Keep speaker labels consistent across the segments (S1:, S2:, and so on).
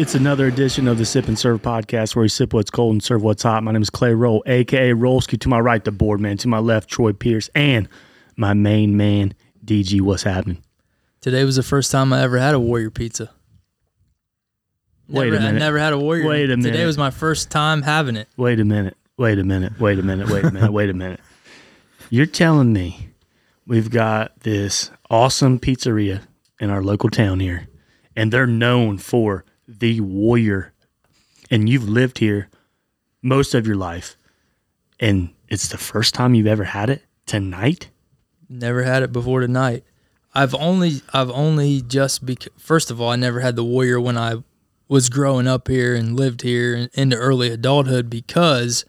S1: It's another edition of the Sip and Serve podcast where we sip what's cold and serve what's hot. My name is Clay Roll, aka Rolski. To my right, the board man. To my left, Troy Pierce, and my main man, DG. What's happening?
S2: Today was the first time I ever had a Warrior pizza. Never,
S1: Wait a
S2: I
S1: minute.
S2: never had a Warrior.
S1: Wait a minute.
S2: Today was my first time having it.
S1: Wait a minute. Wait a minute. Wait a minute. Wait a minute. Wait a minute. You're telling me we've got this awesome pizzeria in our local town here, and they're known for the warrior. And you've lived here most of your life, and it's the first time you've ever had it tonight.
S2: Never had it before tonight. I've only I've only just bec- first of all I never had the Warrior when I was growing up here and lived here and into early adulthood because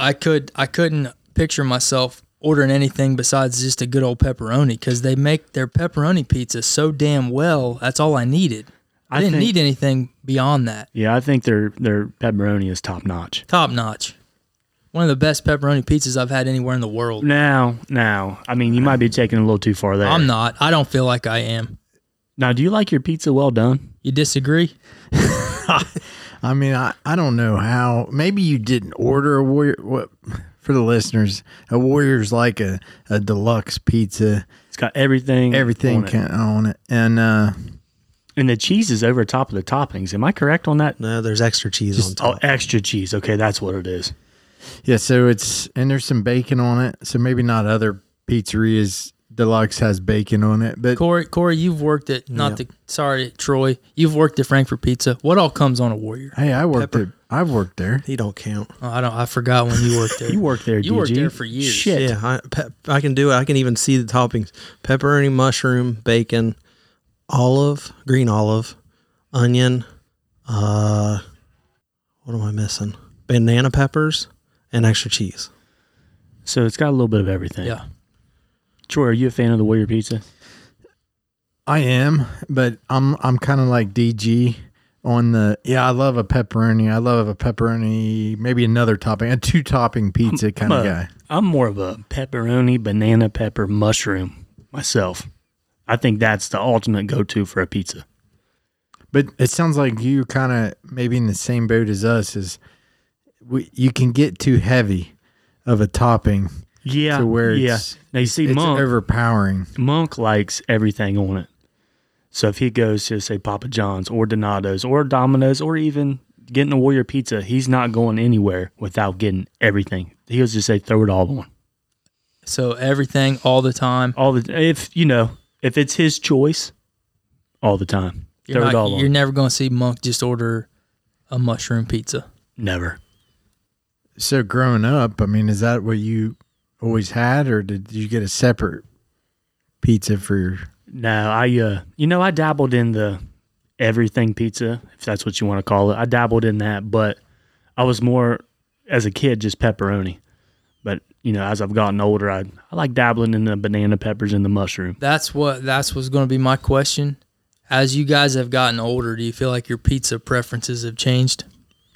S2: I could I couldn't picture myself ordering anything besides just a good old pepperoni because they make their pepperoni pizza so damn well. That's all I needed. I,
S1: I
S2: didn't
S1: think-
S2: need anything beyond that.
S1: Yeah, I think their their pepperoni is top notch.
S2: top notch. One of the best pepperoni pizzas I've had anywhere in the world.
S1: Now, now, I mean, you might be taking it a little too far there.
S2: I'm not. I don't feel like I am.
S1: Now, do you like your pizza well done?
S2: You disagree?
S3: I mean, I, I don't know how. Maybe you didn't order a warrior. What for the listeners? A warrior's like a, a deluxe pizza.
S1: It's got everything.
S3: Everything
S1: on it.
S3: can on it, and uh,
S1: And the cheese is over top of the toppings. Am I correct on that?
S4: No, there's extra cheese on
S1: Oh,
S4: top.
S1: extra cheese. Okay, that's what it is.
S3: yeah. So it's and there's some bacon on it. So maybe not other pizzerias deluxe has bacon on it, but
S2: Corey, Corey, you've worked at not the sorry, Troy. You've worked at Frankfurt Pizza. What all comes on a warrior?
S3: hey, I worked. At, I've worked there.
S4: He don't count.
S2: Oh, I don't I forgot when you worked there.
S1: You worked there,
S2: You
S1: DG.
S2: worked there for years.
S1: Shit.
S4: Yeah, I, pe- I can do it. I can even see the toppings: pepperoni, mushroom, bacon, olive, green olive, onion. Uh, what am I missing? Banana peppers and extra cheese.
S1: So it's got a little bit of everything.
S2: Yeah.
S1: Troy, are you a fan of the Warrior Pizza?
S3: I am, but I'm I'm kind of like DG on the yeah. I love a pepperoni. I love a pepperoni. Maybe another topping, a two topping pizza kind of
S1: I'm a-
S3: guy.
S1: I'm more of a pepperoni, banana pepper, mushroom myself. I think that's the ultimate go to for a pizza.
S3: But it sounds like you kind of maybe in the same boat as us is we, you can get too heavy of a topping
S1: Yeah.
S3: to where
S1: yeah.
S3: it's,
S1: Now you see
S3: it's
S1: Monk.
S3: overpowering.
S1: Monk likes everything on it. So if he goes to say Papa John's or Donatos or Domino's or even getting a Warrior Pizza, he's not going anywhere without getting everything. He'll just say throw it all on.
S2: So everything all the time.
S1: All the if you know if it's his choice, all the time.
S2: You're,
S1: throw
S2: not,
S1: it all
S2: you're
S1: on.
S2: never gonna see Monk just order a mushroom pizza.
S1: Never.
S3: So growing up, I mean, is that what you always had, or did you get a separate pizza for your?
S1: No, I uh you know I dabbled in the everything pizza, if that's what you want to call it. I dabbled in that, but I was more as a kid just pepperoni. But you know, as I've gotten older, I I like dabbling in the banana peppers and the mushroom.
S2: That's what that's what's going to be my question. As you guys have gotten older, do you feel like your pizza preferences have changed?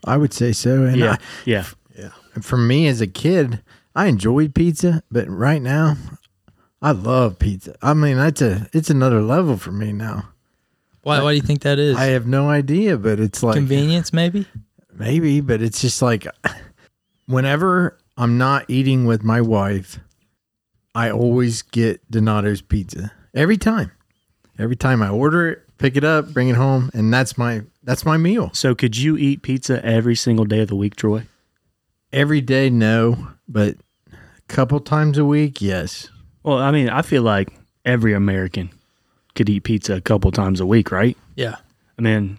S3: I would say so, and
S1: yeah, yeah.
S3: I, for me as a kid, I enjoyed pizza, but right now, I love pizza. I mean, that's a it's another level for me now.
S2: Why? Why do you think that is?
S3: I have no idea, but it's like
S2: Convenience, maybe.
S3: Maybe, but it's just like whenever I'm not eating with my wife, I always get Donato's pizza. Every time. Every time I order it, pick it up, bring it home, and that's my that's my meal.
S1: So could you eat pizza every single day of the week, Troy?
S3: Every day no, but a couple times a week, yes.
S1: Well, I mean, I feel like every American could eat pizza a couple times a week, right?
S2: Yeah.
S1: I mean,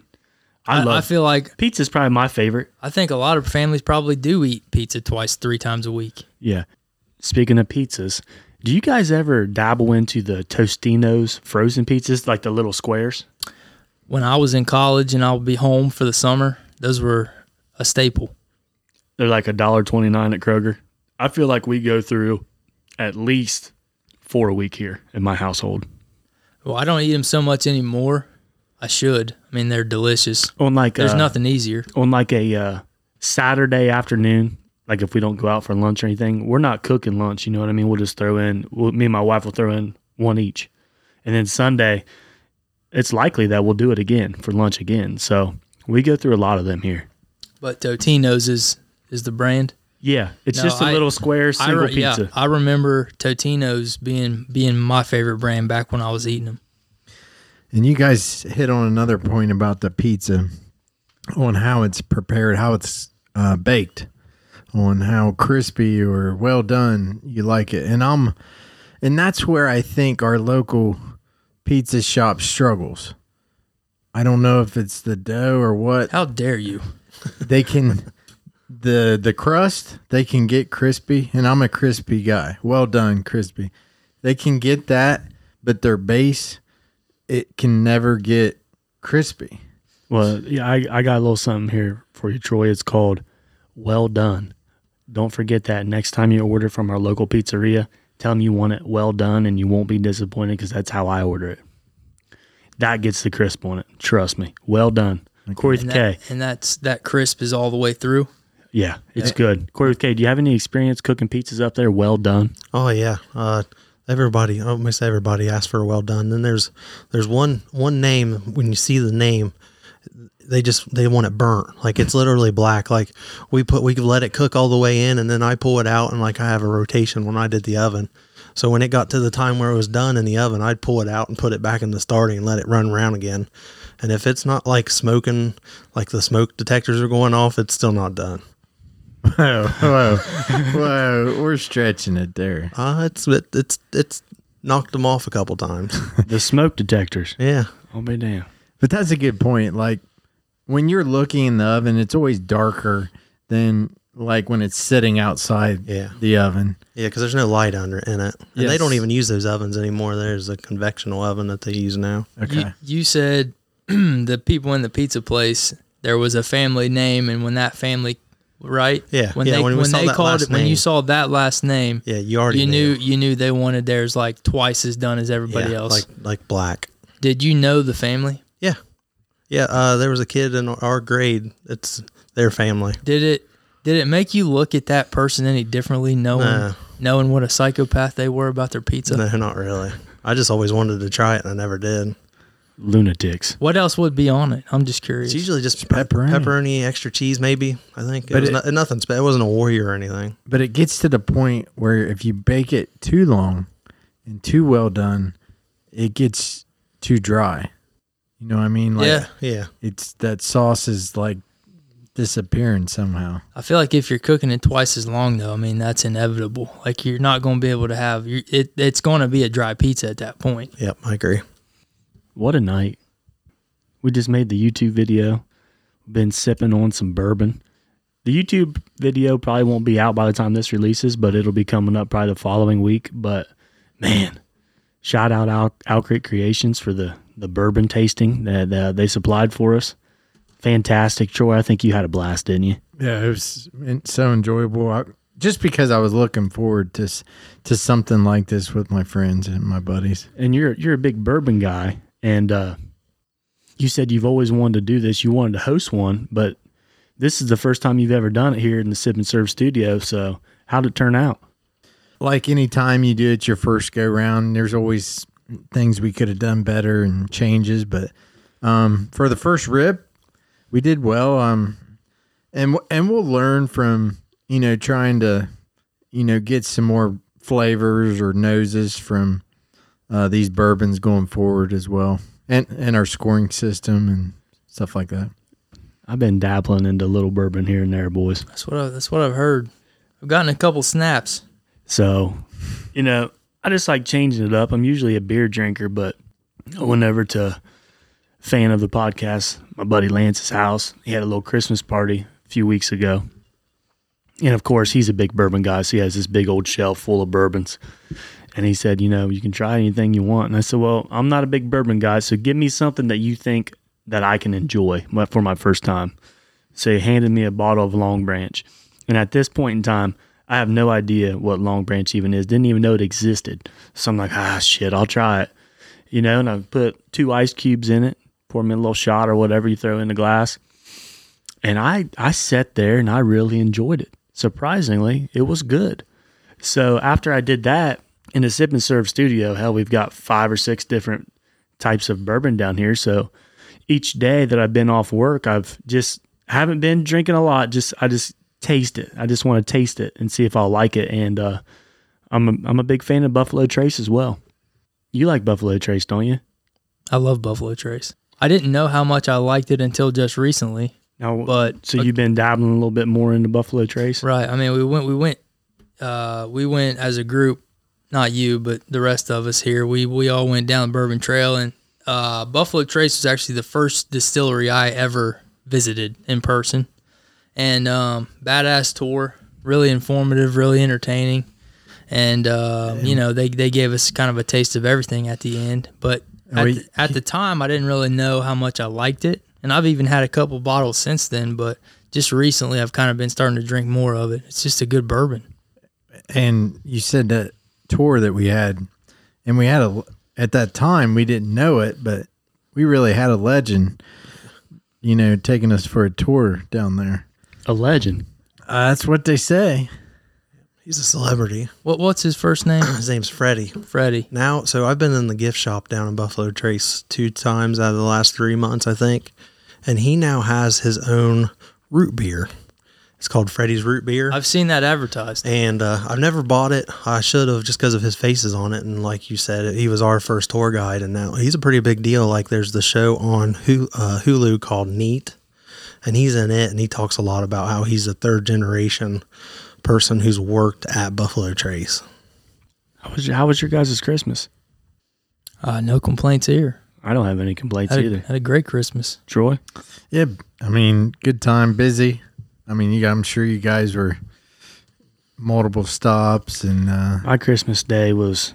S1: I,
S2: I, I
S1: love
S2: feel like
S1: pizza's probably my favorite.
S2: I think a lot of families probably do eat pizza twice, three times a week.
S1: Yeah. Speaking of pizzas, do you guys ever dabble into the Tostinos frozen pizzas, like the little squares?
S2: When I was in college and I would be home for the summer, those were a staple.
S1: They're like a dollar twenty nine at Kroger. I feel like we go through at least four a week here in my household.
S2: Well, I don't eat them so much anymore. I should. I mean, they're delicious.
S1: On like
S2: There's
S1: uh,
S2: nothing easier.
S1: on like a uh, Saturday afternoon, like if we don't go out for lunch or anything, we're not cooking lunch. You know what I mean? We'll just throw in. We'll, me and my wife will throw in one each, and then Sunday, it's likely that we'll do it again for lunch again. So we go through a lot of them here.
S2: But Totino's is is the brand.
S1: Yeah, it's
S2: No,
S1: just a
S2: I-
S1: little square single
S2: I re-
S1: pizza.
S2: Yeah, I remember Totino's being being my favorite brand back when I was eating them.
S3: And you guys hit on another point about the pizza, on how it's prepared, how it's uh, baked, on how crispy or well done you like it. And I'm, and that's where I think our local pizza shop struggles. I don't know if it's the dough or what.
S2: How dare you?
S3: They can, the the crust they can get crispy, and I'm a crispy guy. Well done, crispy. They can get that, but their base, it can never get crispy.
S1: Well, yeah, I, I got a little something here for you, Troy. It's called Well Done. Don't forget that next time you order from our local pizzeria, tell them you want it well done and you won't be disappointed because that's how I order it. That gets the crisp on it. Trust me. Well done. Corey with
S2: And,
S1: K.
S2: that, and that's that crisp is all the way through.
S1: Yeah,
S2: Uh,
S1: it's good. Corey with K, do you have any experience cooking pizzas up there? Well done.
S4: Oh yeah, uh, everybody, almost everybody asks for a well done. Then there's there's one one name when you see the name, they just they want it burnt, like it's literally black. Like we put we let it cook all the way in, and then I pull it out, and like I have a rotation when I did the oven. So when it got to the time where it was done in the oven, I'd pull it out and put it back in the starting and let it run around again. And if it's not like smoking, like the smoke detectors are going off, it's still not done.
S3: Whoa, whoa, whoa! We're stretching it there.
S4: Uh, it's it, it's it's knocked them off a couple times.
S1: The smoke detectors.
S4: Yeah.
S2: Oh,
S1: I'll be damned.
S3: But that's a good point. Like when you're looking in the oven, it's always darker than like when it's sitting outside
S4: Yeah.
S3: the oven.
S4: Yeah, because there's no light under in it, and they
S3: Yes.
S4: don't even use those ovens anymore. There's a convectional oven that they use now.
S3: Okay.
S2: You, you said the people in the pizza place. There was a family name, and when that family, right?
S4: Yeah,
S2: When
S4: yeah,
S2: they
S4: when
S2: when,
S4: we saw
S2: they
S4: that
S2: called
S4: last
S2: it when you
S4: name.
S2: saw that last name,
S4: Yeah, you already
S2: you knew you knew they wanted theirs like twice as done as
S4: Yeah,
S2: everybody else.
S4: like like black.
S2: Did you know the family?
S4: Yeah, yeah. Uh, there was a kid in our grade. It's their family.
S2: Did it did it make you look at that person any differently knowing
S4: Nah.
S2: knowing what a psychopath they were about their pizza?
S4: No, not really. I just always wanted to try it, and I never did.
S1: Lunatics.
S2: What else would be on it? I'm just curious.
S4: It's usually just pepperoni,
S3: pepperoni.
S4: pepperoni extra cheese, maybe. I think. It
S3: But
S4: was
S3: it-
S4: no- nothing. spe- It wasn't a warrior or anything.
S3: But it gets to the point where if you bake it too long and too well done, it gets too dry. You know what I mean? Like
S2: Yeah.
S4: Yeah,
S3: it's that sauce is like disappearing somehow.
S2: I feel like if you're cooking it twice as long, though, I mean that's inevitable. Like you're not going to be able to have you it. It's going to be a dry pizza at that point.
S4: yep, I agree.
S1: What a night. We just made the YouTube video, been sipping on some bourbon. The YouTube video probably won't be out by the time this releases, but it'll be coming up probably the following week. But man, shout out Owl, Owl Creek Creations for the, the bourbon tasting that uh, they supplied for us. Fantastic. Troy, I think you had a blast, didn't you?
S3: Yeah, it was en- so enjoyable. I, just because I was looking forward to s- to something like this with my friends and my buddies.
S1: and you're you're a big bourbon guy, and uh, you said you've always wanted to do this. You wanted to host one, but this is the first time you've ever done it here in the Sip and Serve studio. So how'd it turn out?
S3: Like any time you do it your first go round, there's always things we could have done better and changes, but um, for the first rib, we did well. Um, and w- and we'll learn from you know trying to you know get some more flavors or noses from uh, these bourbons going forward as well, and and our scoring system and stuff like that.
S1: I've been dabbling into little bourbon here and there, boys.
S2: That's what I, that's what I've heard. I've gotten a couple snaps.
S1: So, you know, I just like changing it up. I'm usually a beer drinker, but I went over to fan of the podcast, my buddy Lance's house. He had a little Christmas party a few weeks ago. And of course, he's a big bourbon guy, so he has this big old shelf full of bourbons. And he said, you know, you can try anything you want. And I said, well, I'm not a big bourbon guy, so give me something that you think that I can enjoy my- for my first time. So he handed me a bottle of Long Branch. And at this point in time, I have no idea what Long Branch even is. Didn't even know it existed. So I'm like, ah, shit, I'll try it. You know, and I put two ice cubes in it, pour me a little shot or whatever you throw in the glass. And I, I sat there and I really enjoyed it. Surprisingly, it was good. So after I did that in the Sip and Serve studio, hell, we've got five or six different types of bourbon down here. So each day that I've been off work, I've just haven't been drinking a lot. Just I just taste it. I just want to taste it and see if I'll like it. And uh, I'm a, I'm a big fan of Buffalo Trace as well. You like Buffalo Trace, don't you?
S2: I love Buffalo Trace. I didn't know how much I liked it until just recently,
S1: No,
S2: but
S1: so you've been dabbling a little bit more into Buffalo Trace.
S2: right. I mean, we went, we went, uh, we went as a group. Not you, but the rest of us here. We we all went down Bourbon Trail, and uh, Buffalo Trace was actually the first distillery I ever visited in person. And um, badass tour, really informative, really entertaining, and uh, you know they they gave us kind of a taste of everything at the end. But at,
S3: we-
S2: the, at the time, I didn't really know how much I liked it, and I've even had a couple bottles since then. But just recently, I've kind of been starting to drink more of it. It's just a good bourbon.
S3: and you said that tour that we had, and we had a at that time we didn't know it, but we really had a legend, you know, taking us for a tour down there.
S1: A legend.
S3: Uh, that's what they say.
S4: He's a celebrity.
S2: What what's his first name?
S4: His name's Freddie.
S2: Freddie.
S4: Now, so I've been in the gift shop down in Buffalo Trace two times out of the last three months, I think. And he now has his own root beer. It's called Freddie's Root Beer.
S2: I've seen that advertised.
S4: and uh, I've never bought it. I should have just because of his faces on it. And like you said, he was our first tour guide, and now he's a pretty big deal. Like there's the show on Hulu, uh, Hulu called Neat, and he's in it, and he talks a lot about how he's a third generation person who's worked at Buffalo Trace.
S1: How was your, how was your guys' Christmas?
S2: Uh, no complaints here.
S1: I don't have any complaints
S2: Had a,
S1: either.
S2: had a great Christmas.
S1: Troy,
S3: Yeah, I mean, good time, busy. I mean, you, I'm sure you guys were multiple stops and uh,
S1: my Christmas day was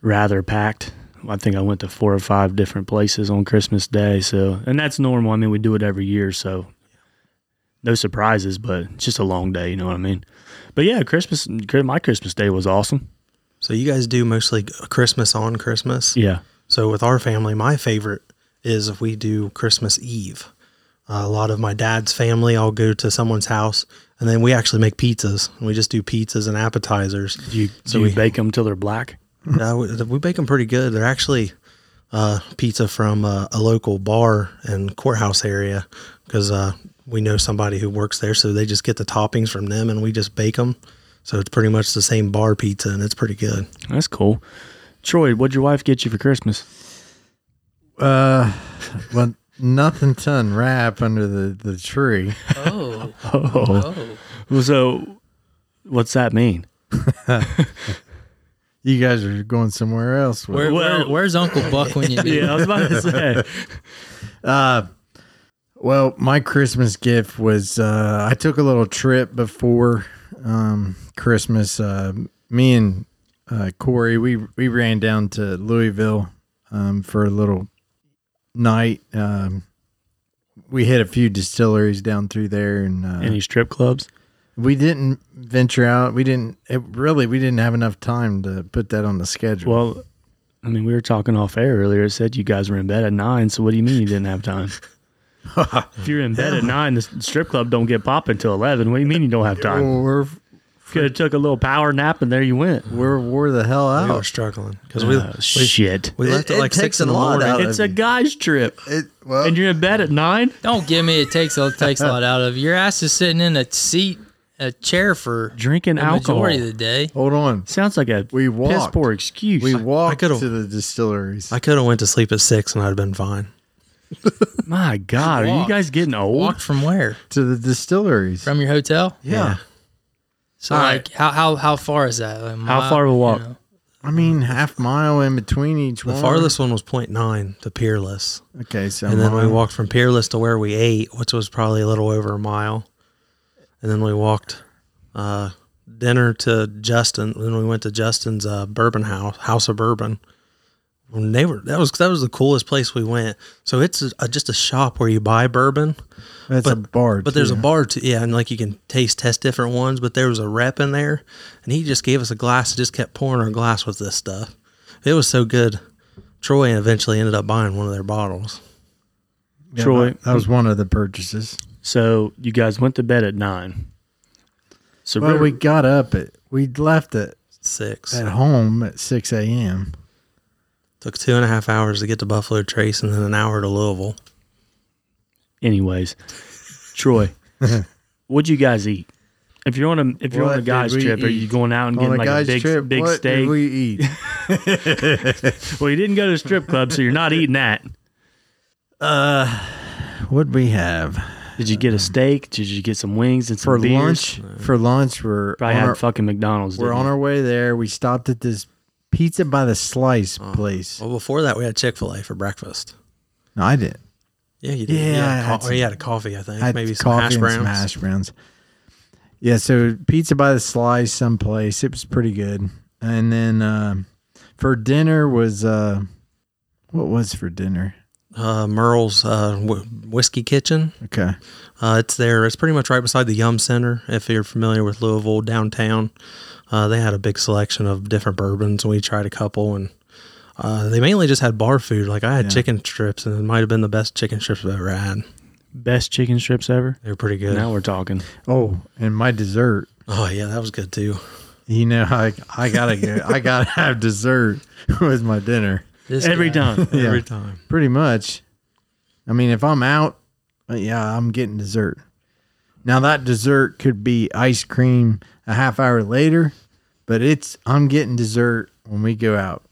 S1: rather packed. I think I went to four or five different places on Christmas Day. So, and that's normal. I mean, we do it every year. So, no surprises, but it's just a long day. You know what I mean? But yeah, Christmas, my Christmas Day was awesome.
S4: So you guys do mostly Christmas on Christmas.
S1: Yeah.
S4: So with our family, my favorite is if we do Christmas Eve. Uh, a lot of my dad's family, I'll go to someone's house, and then we actually make pizzas. We just do pizzas and appetizers.
S1: Do you, do
S4: So
S1: you
S4: we-
S1: bake them till they're black?
S4: Uh, we, we bake them pretty good. They're actually uh, pizza from uh, a local bar and courthouse area because uh, we know somebody who works there. So they just get the toppings from them and we just bake them. So it's pretty much the same bar pizza and it's pretty good.
S1: That's cool. Troy, what'd your wife get you for Christmas?
S3: uh, well, nothing to unwrap under the the tree.
S2: Oh,
S1: Oh,
S2: oh.
S1: so what's that mean?
S3: You guys are going somewhere else. With
S2: Where, where,
S1: Well-
S2: where's Uncle Buck when you need?
S1: Yeah, I
S2: him?
S1: was about to say.
S3: Uh, well, my Christmas gift was uh, I took a little trip before um, Christmas. Uh, me and uh, Corey we we ran down to Louisville um, for a little night. Um, we hit a few distilleries down through there, and, uh,
S1: Any strip clubs?
S3: we didn't venture out. We didn't it, really. We didn't have enough time to put that on the schedule.
S1: Well, I mean, we were talking off air earlier. It said you guys were in bed at nine. So what do you mean you didn't have time? if you're in bed at nine, the s- strip club don't get popping till eleven. What do you mean you don't have time?
S3: we're
S1: Could have took a little power nap and there you went.
S3: we're wore the hell
S4: We
S3: out.
S4: were struggling because we,
S1: Oh, shit.
S4: we left at like six in the morning.
S3: out
S1: It's
S3: of
S1: a
S3: you.
S1: guy's trip,
S3: It- well,
S1: and you're in bed at nine.
S2: Don't give me it takes a takes a lot out of you. your ass is sitting in a seat, a chair for
S1: Drinking
S2: the
S1: alcohol
S2: majority of the day.
S3: hold on.
S1: sounds like a
S3: We
S1: piss
S3: walked.
S1: poor excuse.
S3: We walked
S4: could've-
S3: to the distilleries.
S4: I could have went to sleep at six and I'd have been fine.
S1: My God, are you
S2: Walked.
S1: guys getting old?
S2: Walked from where?
S3: to the distilleries.
S2: From your hotel?
S4: Yeah.
S2: So
S3: All
S2: like, how how how far is that? A mile,
S1: far of a
S2: you
S1: walk?
S2: know?
S3: I mean, half mile in between each
S4: The
S3: one.
S4: farthest one was 0.9 to Peerless.
S3: Okay, so
S4: And then we
S3: mile.
S4: walked from Peerless to where we ate, which was probably a little over a mile. And then we walked uh, dinner to Justin. Then we went to Justin's uh, bourbon house, House of Bourbon. And they were that was that was the coolest place we went. So it's a, just a shop where you buy bourbon,
S3: That's a
S4: but-
S3: bar.
S4: but there's a
S3: too.
S4: bar too. Yeah, and like you can taste test different ones. But there was a rep in there, and he just gave us a glass and just kept pouring our glass with this stuff. It was so good. Troy eventually ended up buying one of their bottles.
S3: Yeah,
S1: Troy.
S3: That, that was one of the purchases.
S1: So you guys went to bed at nine. So
S3: Well,
S1: we're-
S3: we got up at we left at
S4: Six.
S3: at home at six a.m.
S4: Took two and a half hours to get to Buffalo Trace and then an hour to Louisville.
S1: Anyways, Troy, what'd you guys eat? If you're on a if you're
S3: What
S1: on a
S3: did
S1: guys
S3: we
S1: trip, are you
S3: eat?
S1: going out and
S3: On
S1: getting
S3: a
S1: like a
S3: guy's
S1: big
S3: trip,
S1: big
S3: what did
S1: steak?
S3: we eat?
S1: well, you didn't go to a strip club, so you're not eating that.
S3: Uh, what we have
S1: Did you get a steak? Did you get some wings and some
S3: for
S1: beers?
S3: lunch? For lunch, we're
S1: Probably
S3: on
S1: had
S3: our,
S1: fucking McDonald's.
S3: we're
S1: didn't
S3: on
S1: you?
S3: our way there. We stopped at this pizza by the slice place.
S4: Well, before that, we had Chick fil A for breakfast.
S3: No, I didn't.
S4: Yeah, you did.
S3: Yeah,
S4: you
S3: I
S4: had,
S3: had
S4: co- or you had a coffee, I think.
S3: I had
S4: Maybe some
S3: coffee
S4: hash
S3: and
S4: browns.
S3: some hash browns. Yeah, so pizza by the slice someplace. It was pretty good. And then um for dinner was uh, what was for dinner?
S4: Uh, Merle's uh, wh- Whiskey Kitchen.
S3: Okay,
S4: Uh, it's there. It's pretty much right beside the Yum Center. If you're familiar with Louisville downtown, uh, they had a big selection of different bourbons. We tried a couple, and uh, they mainly just had bar food. Like I had
S3: Yeah.
S4: chicken strips, and it might have been the best chicken strips I've ever had.
S1: best chicken strips ever.
S4: They were pretty good.
S1: Now we're talking.
S3: Oh, and my dessert.
S4: Oh yeah, that was good too.
S3: You know, I I gotta go. I gotta have dessert with my dinner.
S2: This
S1: Every
S2: guy.
S1: time.
S3: Yeah.
S4: Every time.
S3: Pretty much. I mean, if I'm out, uh, yeah, I'm getting dessert. Now that dessert could be ice cream a half hour later, but it's I'm getting dessert when we go out.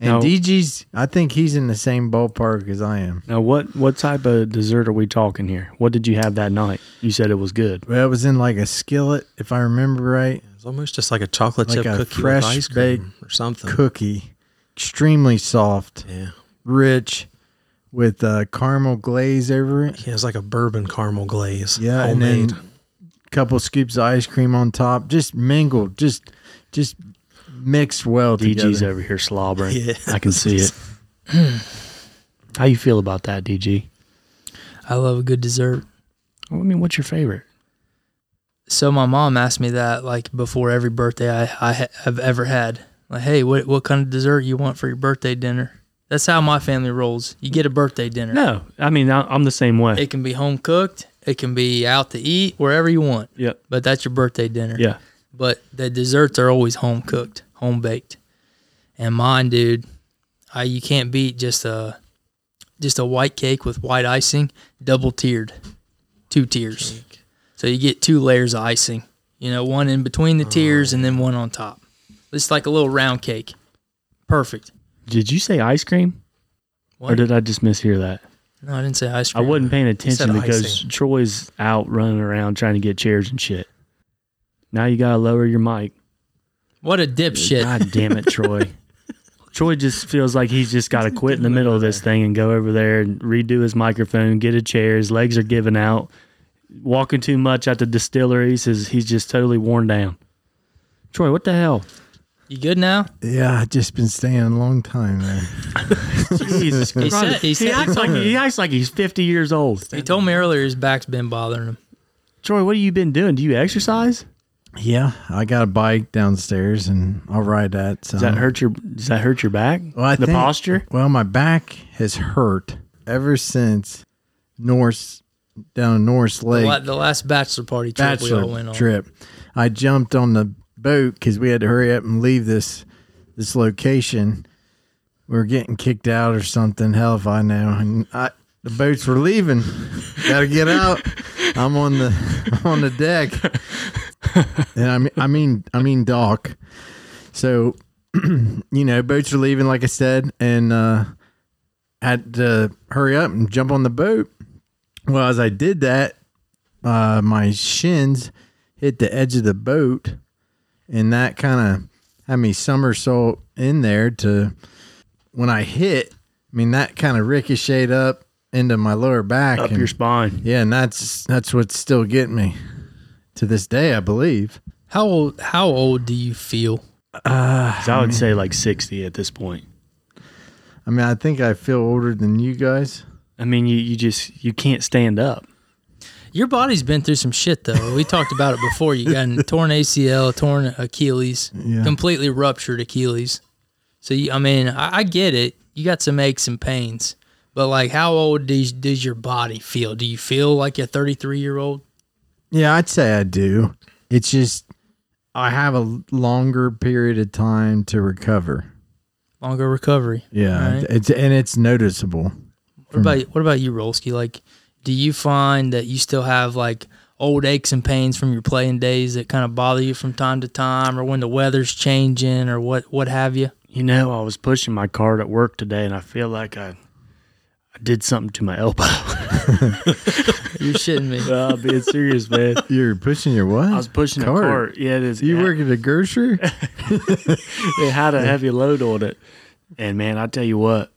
S3: And
S1: Now-
S3: DG's, I think he's in the same ballpark as I am.
S1: Now, what what type of dessert are we talking here? What did you have that night? You said it was good.
S3: Well, it was in like a skillet, if I remember right,
S4: It's almost just like a chocolate
S3: Like
S4: chip
S3: a
S4: cookie
S3: fresh
S4: with ice cream or something.
S3: cookie, extremely soft,
S4: yeah,
S3: rich, with uh, caramel glaze over it.
S4: yeah, it's like a bourbon caramel glaze.
S3: Yeah, and then couple scoops of ice cream on top, just mingled, just just mixed well
S1: DG's
S3: together.
S1: over here slobbering.
S4: Yeah.
S1: I can see it. How you feel about that, DG?
S2: I love a good dessert.
S1: Well, I mean, what's your favorite?
S2: So my mom asked me that like before every birthday I, I ha- have ever had. Like, hey, what what kind of dessert you want for your birthday dinner? That's how my family rolls. You get a birthday dinner.
S1: No, I mean, I, I'm the same way.
S2: It can be home cooked. It can be out to eat wherever you want.
S1: Yep.
S2: But that's your birthday dinner.
S1: yeah.
S2: But the desserts are always home cooked, home baked. And mine, dude, I you can't beat just a just a white cake with white icing, double tiered, two tiers. So you get two layers of icing. You know, one in between the
S1: Oh,
S2: tiers and then one on top. It's like a little round cake. Perfect.
S1: Did you say ice cream? Or
S2: What?
S1: did I just mishear that?
S2: no, I didn't say ice
S1: I
S2: cream.
S1: wasn't paying attention
S4: said
S1: because
S4: icing.
S1: Troy's out running around trying to get chairs and shit. Now you gotta lower your mic.
S2: What a dipshit.
S1: God damn it, Troy. Troy just feels like he's just got to quit in the middle of this thing and go over there and redo his microphone, get a chair. His legs are giving out. Walking too much at the distillery says he's just totally worn down. Troy, what the hell?
S2: You good now?
S3: Yeah, I've just been staying a long time there.
S1: Jesus
S2: He
S1: Christ.
S2: said- he
S1: he,
S2: said-
S1: acts like, he acts like he's 50 years old.
S2: He told me earlier his back's been bothering him.
S1: Troy, what have you been doing? Do you exercise?
S3: Yeah, I got a bike downstairs and I'll ride that. So.
S1: Does that hurt your Does that hurt your back?
S3: Uh-huh. Well, I
S1: the
S3: think-
S1: posture?
S3: Well, my back has hurt ever since Norse down Norse
S2: The,
S3: Lake
S2: la- the last bachelor party trip we all went
S3: bachelor
S2: on.
S3: trip. I jumped on the boat because we had to hurry up and leave this this location. We were getting kicked out or something. Hell if I know. And I, the boats were leaving. Got to get out. I'm on the I'm on the deck, and I mean I mean I mean dock. So you know boats are leaving, like I said, and uh, had to hurry up and jump on the boat. Well, as I did that, uh, my shins hit the edge of the boat, and that kind of had me somersault in there. To when I hit, I mean that kind of ricocheted up into my lower back.
S1: Up
S3: and-
S1: your spine.
S3: yeah, and that's that's what's still getting me to this day, I believe.
S2: How old how old do you feel?
S3: Ah,
S1: 'Cause I would say like 60 at this point.
S3: I mean, I think I feel older than you guys.
S1: I mean, you, you just you can't stand up.
S2: Your body's been through some shit though. We talked about it before. You got a torn ACL, torn Achilles,
S3: Yeah.
S2: completely ruptured Achilles. So you, I mean, I, I get it. You got some aches and pains, but like, how old does does your body feel? Do you feel like a thirty three year old?
S3: Yeah, I'd say I do. It's just I have a longer period of time to recover.
S2: longer recovery.
S3: Yeah,
S2: Right.
S3: it's and it's noticeable.
S2: What about what about you, Rolski? Like, do you find that you still have like old aches and pains from your playing days that kind of bother you from time to time, or when the weather's changing, or what what have you?
S1: You know, I was pushing my cart at work today, and I feel like I, I did something to my elbow.
S2: You're shitting me.
S1: Well, I'm being serious, man.
S3: You're pushing your what?
S1: I was pushing
S3: Cart.
S1: a cart. Yeah, it is.
S3: you work at a grocery?
S1: It had a heavy load on it, and man, I tell you what,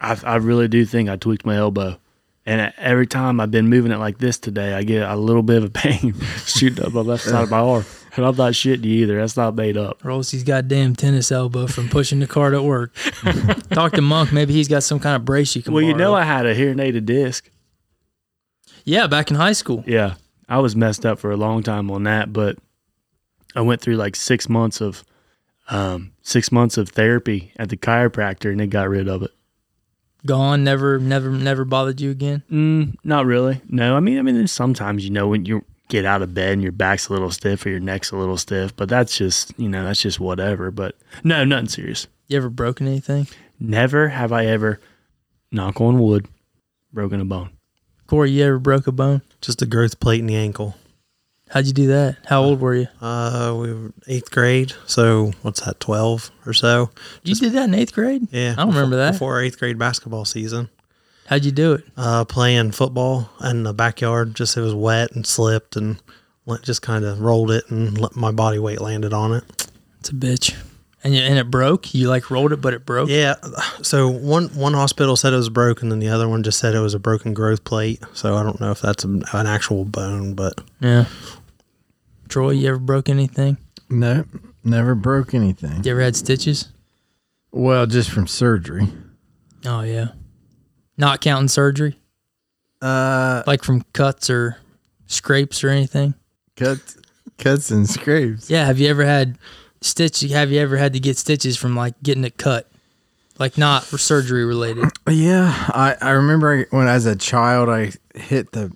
S1: I I really do think I tweaked my elbow. And every time I've been moving it like this today, I get a little bit of a pain shooting up my left side of my arm. And I'm not shitting you either. That's not made up.
S2: Rolski's goddamn tennis elbow from pushing the cart at work. Talk to Monk. Maybe he's got some kind of brace you can.
S1: Well, you know,
S2: borrow.
S1: I had a hearing aided disc.
S2: yeah, back in high school.
S1: Yeah. I was messed up for a long time on that, but I went through like six months of um six months of therapy at the chiropractor and it got rid of it.
S2: Gone. Never, never, never bothered you again.
S1: Mm, not really. No. I mean I mean there's sometimes you know when you get out of bed and your back's a little stiff or your neck's a little stiff, but that's just you know, that's just whatever. But no, nothing serious.
S2: You ever broken anything?
S1: Never have I ever knock on wood, broken a bone.
S2: Corey, you ever broke a bone?
S4: Just a growth plate in the ankle.
S2: How'd you do that? How old were you?
S4: Uh, we were eighth grade, so what's that, twelve or so?
S2: You did that in eighth grade?
S4: Yeah,
S2: I don't remember
S4: before-
S2: that.
S4: Before eighth grade basketball season,
S2: How'd you do it?
S4: uh, playing football in the backyard. Just it was wet and slipped and let- just kind of rolled it and let my body weight landed on it.
S2: It's a bitch. And you, and it broke. You like rolled it, but it broke.
S4: Yeah. So one one hospital said it was broken, and the other one just said it was a broken growth plate. So I don't know if that's an, an actual bone, but
S2: Yeah. Troy, you ever broke anything?
S3: no, never broke anything.
S2: You ever had stitches?
S3: Well, just from surgery.
S2: Oh yeah. Not counting surgery,
S3: Uh,
S2: like from cuts or scrapes or anything.
S3: cuts, cuts and scrapes.
S2: Yeah. Have you ever had stitch? Have you ever had to get stitches from like getting it cut? Like not for surgery related.
S3: Yeah, I I remember when as a child I hit the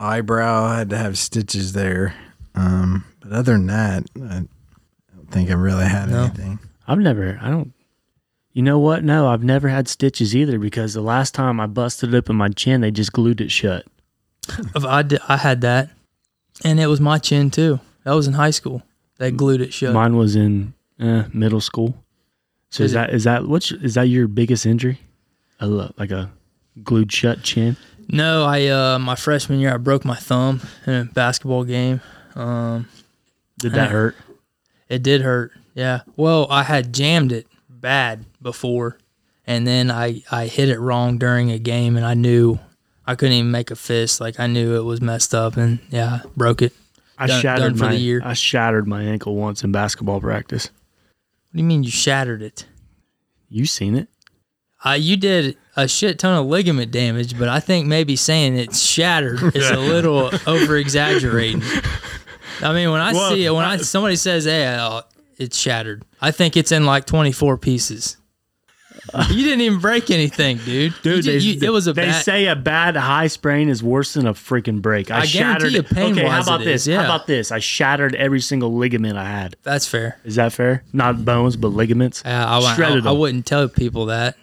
S3: eyebrow. I had to have stitches there. Um, but other than that, I don't think I really had
S2: No.
S3: anything.
S1: I've never, I don't, you know what? No, I've never had stitches either because the last time I busted open my chin, they just glued it shut.
S2: If I did, I had that, and it was my chin too. That was in high school. They glued it shut.
S1: Mine was in uh, middle school. So
S2: Is
S1: is, that is that what's is that your biggest injury? A lo- like a glued shut chin.
S2: No, I uh, my freshman year I broke my thumb in a basketball game. Um,
S1: Did that hurt?
S2: it did hurt. Yeah. Well, I had jammed it bad before, and then I I hit it wrong during a game, and I knew I couldn't even make a fist. Like I knew it was messed up, and yeah, I broke it.
S1: I
S2: Done-
S1: shattered
S2: done for the
S1: my
S2: year.
S1: I shattered my ankle once in basketball practice.
S2: What do you mean you shattered it?
S1: You seen it?
S2: Uh, you did a shit ton of ligament damage, but I think maybe saying it's shattered is a little over exaggerating. I mean, when I see it, when I somebody says, "Hey, uh, it's shattered," I think it's in like twenty four pieces. You didn't even break anything, dude. You ju- you- it was a
S1: they
S2: bad.
S1: say a bad high sprain is worse than a freaking break. I,
S2: I guarantee
S1: shattered.
S2: you pain-wise
S1: okay, how about
S2: it
S1: this?
S2: is, yeah.
S1: How about this? I shattered every single ligament I had.
S2: that's fair.
S1: Is that fair? Not bones, but ligaments.
S2: Uh, I, I-
S1: shredded
S2: I,
S1: them.
S2: wouldn't tell people that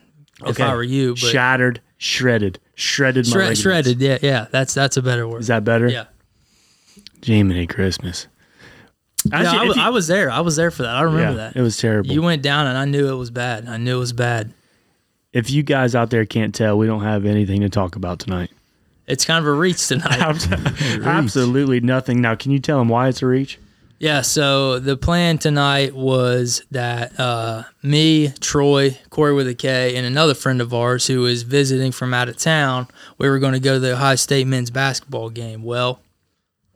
S2: if I were you, but
S1: shattered, shredded, shredded, my
S2: shred-
S1: ligaments.
S2: shredded. Yeah, yeah. That's that's a better word.
S1: Is that better?
S2: yeah.
S1: Jiminy Christmas. Actually,
S2: yeah, I,
S1: if
S2: was,
S1: you-
S2: I was there. I was there for that. I remember
S1: e- yeah,
S2: that.
S1: It was terrible.
S2: You went down, and I knew it was bad. I knew it was bad.
S1: if you guys out there can't tell, we don't have anything to talk about tonight.
S2: It's kind of a reach tonight.
S1: Absolutely nothing. Now, can you tell them why it's a reach?
S2: yeah. So the plan tonight was that uh, me, Troy, Corey with a K, and another friend of ours who is visiting from out of town, we were going to go to the Ohio State men's basketball game. Well,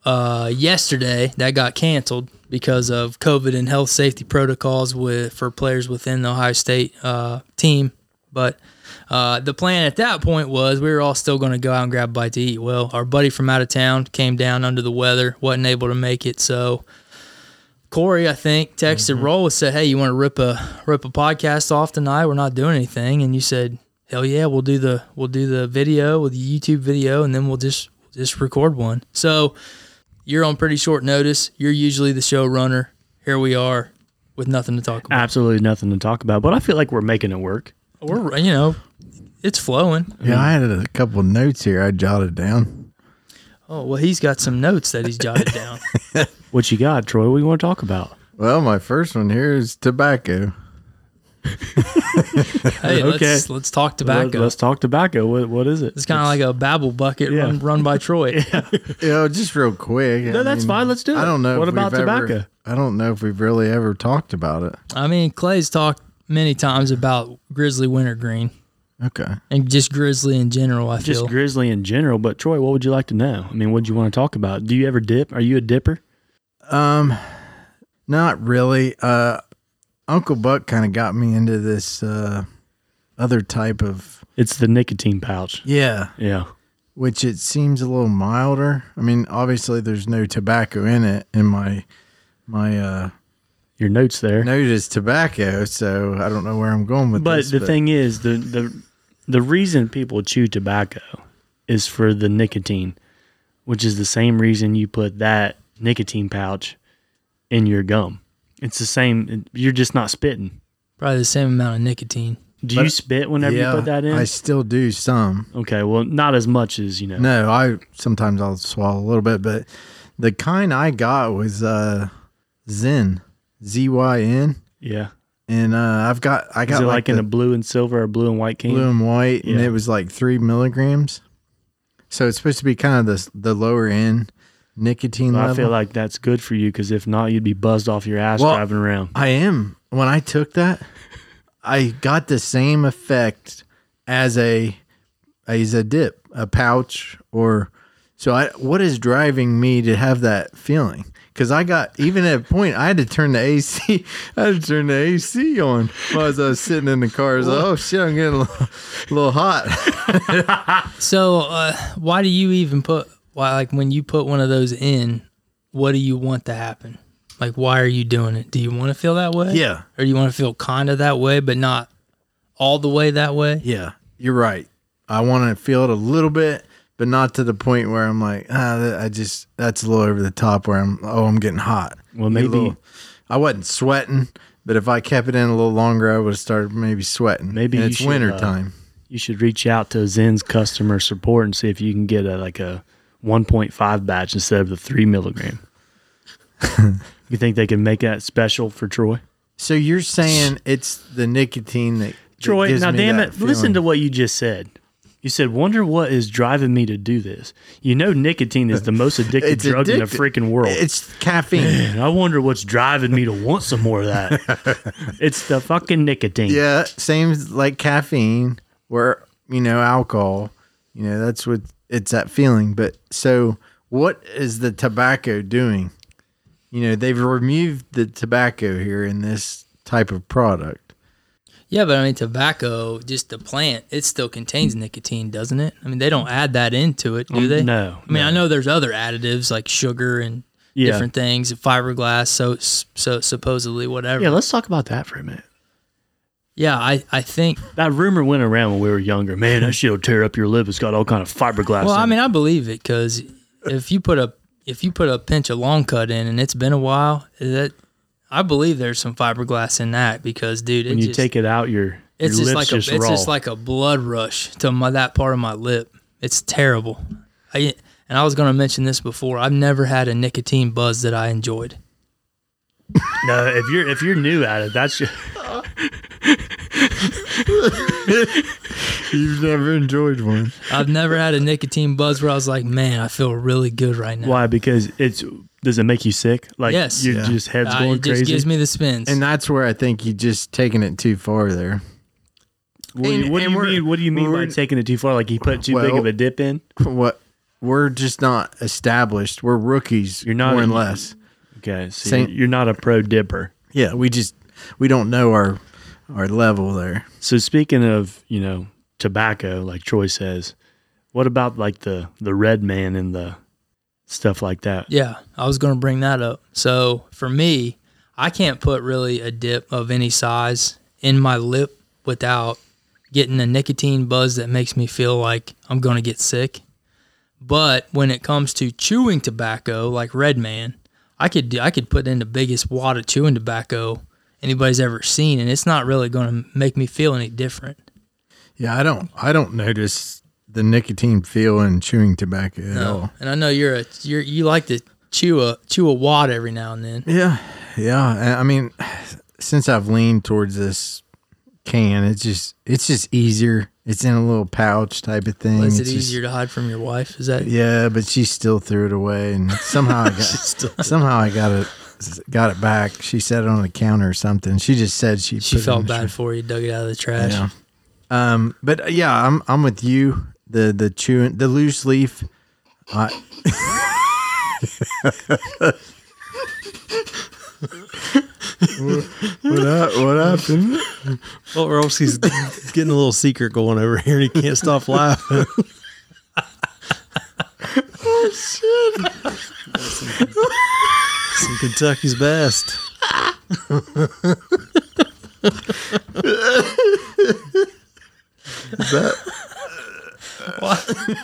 S2: uh, yesterday that got canceled because of COVID and health safety protocols with for players within the Ohio State uh, team. But uh, the plan at that point was we were all still going to go out and grab a bite to eat. Well, our buddy from out of town came down under the weather, wasn't able to make it. So Corey, I think, texted Roll and said, "Hey, you want to rip a rip a podcast off tonight? We're not doing anything." And you said, "Hell yeah, we'll do the we'll do the video with the YouTube video, and then we'll just just record one." So you're on pretty short notice. You're usually the showrunner. Here we are. with nothing to talk about.
S1: Absolutely nothing to talk about, but I feel like we're making it work.
S2: We're you know, it's flowing.
S1: Hmm.
S3: Yeah, I had a couple of notes here I jotted down.
S2: Oh well, he's got some notes that he's jotted down.
S1: What you got, Troy? What do you want to talk about?
S3: Well, my first one here is tobacco.
S2: Hey, let's
S1: Okay.
S2: let's talk tobacco.
S1: Let, us talk tobacco. What, what is it?
S2: it's kind of like a babble bucket
S1: Yeah.
S2: run, run by Troy.
S3: You know, just real quick.
S1: No, that's fine. Let's do
S3: I
S1: it.
S3: don't know.
S1: What
S3: if we've
S1: about
S3: ever-
S1: tobacco?
S3: I don't know if we've really ever talked about it.
S2: I mean, Clay's talked many times about grizzly wintergreen
S3: Okay.
S2: and just grizzly in general. I
S1: just
S2: feel
S1: grizzly in general. But Troy, what would you like to know? I mean, what do you want to talk about? Do you ever dip? Are you a dipper?
S3: Um, not really. Uh, Uncle Buck kind of got me into this uh, other type of
S1: It's the nicotine pouch.
S3: yeah,
S1: Yeah.
S3: which it seems a little milder. I mean, obviously there's no tobacco in it, and my my uh,
S1: Your notes there.
S3: note is tobacco, so I don't know where I'm going with
S1: but
S3: this.
S1: the thing is, the, the the reason people chew tobacco is for the nicotine, which is the same reason you put that nicotine pouch in your gum. It's the same. You're just not spitting.
S2: probably the same amount of nicotine.
S1: Do
S3: But-
S1: you spit whenever
S3: yeah,
S1: you put that in?
S3: I still do some.
S1: okay, well, not as much as you know.
S3: No, I sometimes I'll swallow a little bit, but the kind I got was uh Zen, Z Y N,
S1: Yeah,
S3: and uh I've got I
S1: is
S3: got
S1: it
S3: like,
S1: like in
S3: the
S1: a blue and silver or blue and white can?
S3: blue and white, and
S1: Yeah.
S3: it was like three milligrams. So it's supposed to be kind of the the lower end nicotine
S1: Well,
S3: level.
S1: I feel like that's good for you because if not, you'd be buzzed off your ass
S3: Well-
S1: driving around.
S3: I am. When I took that, I got the same effect as a as a dip, a pouch, or so. I what is driving me to have that feeling? Because I got even at a point I had to turn the AC. I had to turn the AC on while I was uh, sitting in the car. I was like, oh shit, I'm getting a little, a little hot.
S2: So uh, why do you even put why like when you put one of those in? What do you want to happen? Like why are you doing it? Do you want to feel that way?
S3: Yeah.
S2: Or you want to feel kind of that way, but not all the way that way?
S3: Yeah, you're right. I want to feel it a little bit, but not to the point where I'm like, ah, that- I just that's a little over the top. Where I'm, oh, I'm getting hot.
S1: Well,
S3: Get a
S1: maybe-
S3: little- I wasn't sweating, but if I kept it in a little longer, I would have started maybe sweating.
S1: Maybe
S3: And
S1: you
S3: it's
S1: should,
S3: winter
S1: uh,
S3: time.
S1: You should reach out to Zen's customer support and see if you can get a like a 1.5 batch instead of the three milligram. you think they can make that special for Troy?
S3: So you're saying it's the nicotine that that
S1: Troy,
S3: gives
S1: now
S3: me
S1: damn
S3: that
S1: it, listen
S3: feeling.
S1: to what you just said. You said, "Wonder what is driving me to do this." You know, nicotine is the most addictive
S3: It's
S1: drug in the
S3: addictive.
S1: freaking world.
S3: It's caffeine.
S1: and I wonder what's driving me to want some more of that. it's the fucking nicotine.
S3: yeah, same as like caffeine, where you know alcohol. You know that's what it's that feeling. But so what is the tobacco doing? You know they've removed the tobacco here in this type of product.
S2: Yeah, but I mean tobacco, just the plant, it still contains nicotine, doesn't it? I mean they don't add that into it, do
S1: Mm. Um,
S2: they?
S1: no,
S2: I mean
S1: no.
S2: I know there's other additives like sugar and
S1: Yeah.
S2: different things, fiberglass, so so supposedly whatever.
S1: Yeah,
S2: Yeah,
S1: let's talk about that for a minute.
S2: I, I think
S1: That rumor went around when we were younger. Man, that shit'll tear up your lip. It's got all kind of fiberglass.
S2: Well,
S1: in
S2: I
S1: it.
S2: mean, I believe it because if you put a if you put a pinch of long cut in and it's been a while, that I believe there's some fiberglass in that because dude, it
S1: when you
S2: just,
S1: take it out, your
S2: it's
S1: your
S2: just
S1: lips
S2: like a
S1: just
S2: it's
S1: raw.
S2: just like a blood rush to my that part of my lip. It's terrible. I and I was gonna mention this before. I've never had a nicotine buzz that I enjoyed.
S1: no, if you're if you're new at it, that's just,
S3: You've never enjoyed one.
S2: I've never had a nicotine buzz where I was like, man, I feel really good right now.
S1: why because it's does it make you sick? Like
S2: Yes.
S1: your
S3: Yeah.
S1: just head's
S2: Uh,
S1: going
S2: it just
S1: crazy.
S2: gives me the spins.
S3: And that's where I think you just taking it too far there.
S1: what, do you,
S3: and-
S1: what do
S3: and
S1: you
S3: we're-
S1: mean? What do you mean by
S3: we're-
S1: taking it too far? Like you put too big
S3: Well-
S1: of a dip in?
S3: What we're just not established. We're rookies.
S1: You're not
S3: more and
S1: a-
S3: less.
S1: Okay, so
S3: Same-
S1: you're not a pro dipper.
S3: Yeah, we just we don't know our our level there.
S1: So speaking of you know tobacco, like Troy says, what about like the the red man and the stuff like that?
S2: Yeah, I was going to bring that up. So for me, I can't put really a dip of any size in my lip without getting a nicotine buzz that makes me feel like I'm going to get sick. But when it comes to chewing tobacco, like Red Man, I could do, I could put in the biggest wad of chewing tobacco anybody's ever seen, and it's not really going to make me feel any different.
S3: Yeah, I don't. I don't notice the nicotine feel in chewing tobacco at all.
S2: Um, And I know you're a you're you like to chew a chew a wad every now and then.
S3: Yeah, yeah. I- I mean, since I've leaned towards this can, it's just it's just easier. It's in a little pouch type of thing.
S2: Well, is it
S3: It's just-
S2: easier to hide from your wife? Is that
S3: Yeah, but she still threw it away, and somehow I got somehow I got it got it back. She set it on the counter or something. She just said she
S2: she
S3: put it in
S2: felt
S3: the
S2: bad for you, dug it out of the trash?
S3: Yeah. Um, but uh, yeah, I'm I'm with you. The the chewing the loose leaf. I what, what, what happened?
S4: Well, Rolski's getting a little secret going over here, and he can't stop laughing. Oh, Some Kentucky's best.
S2: Why,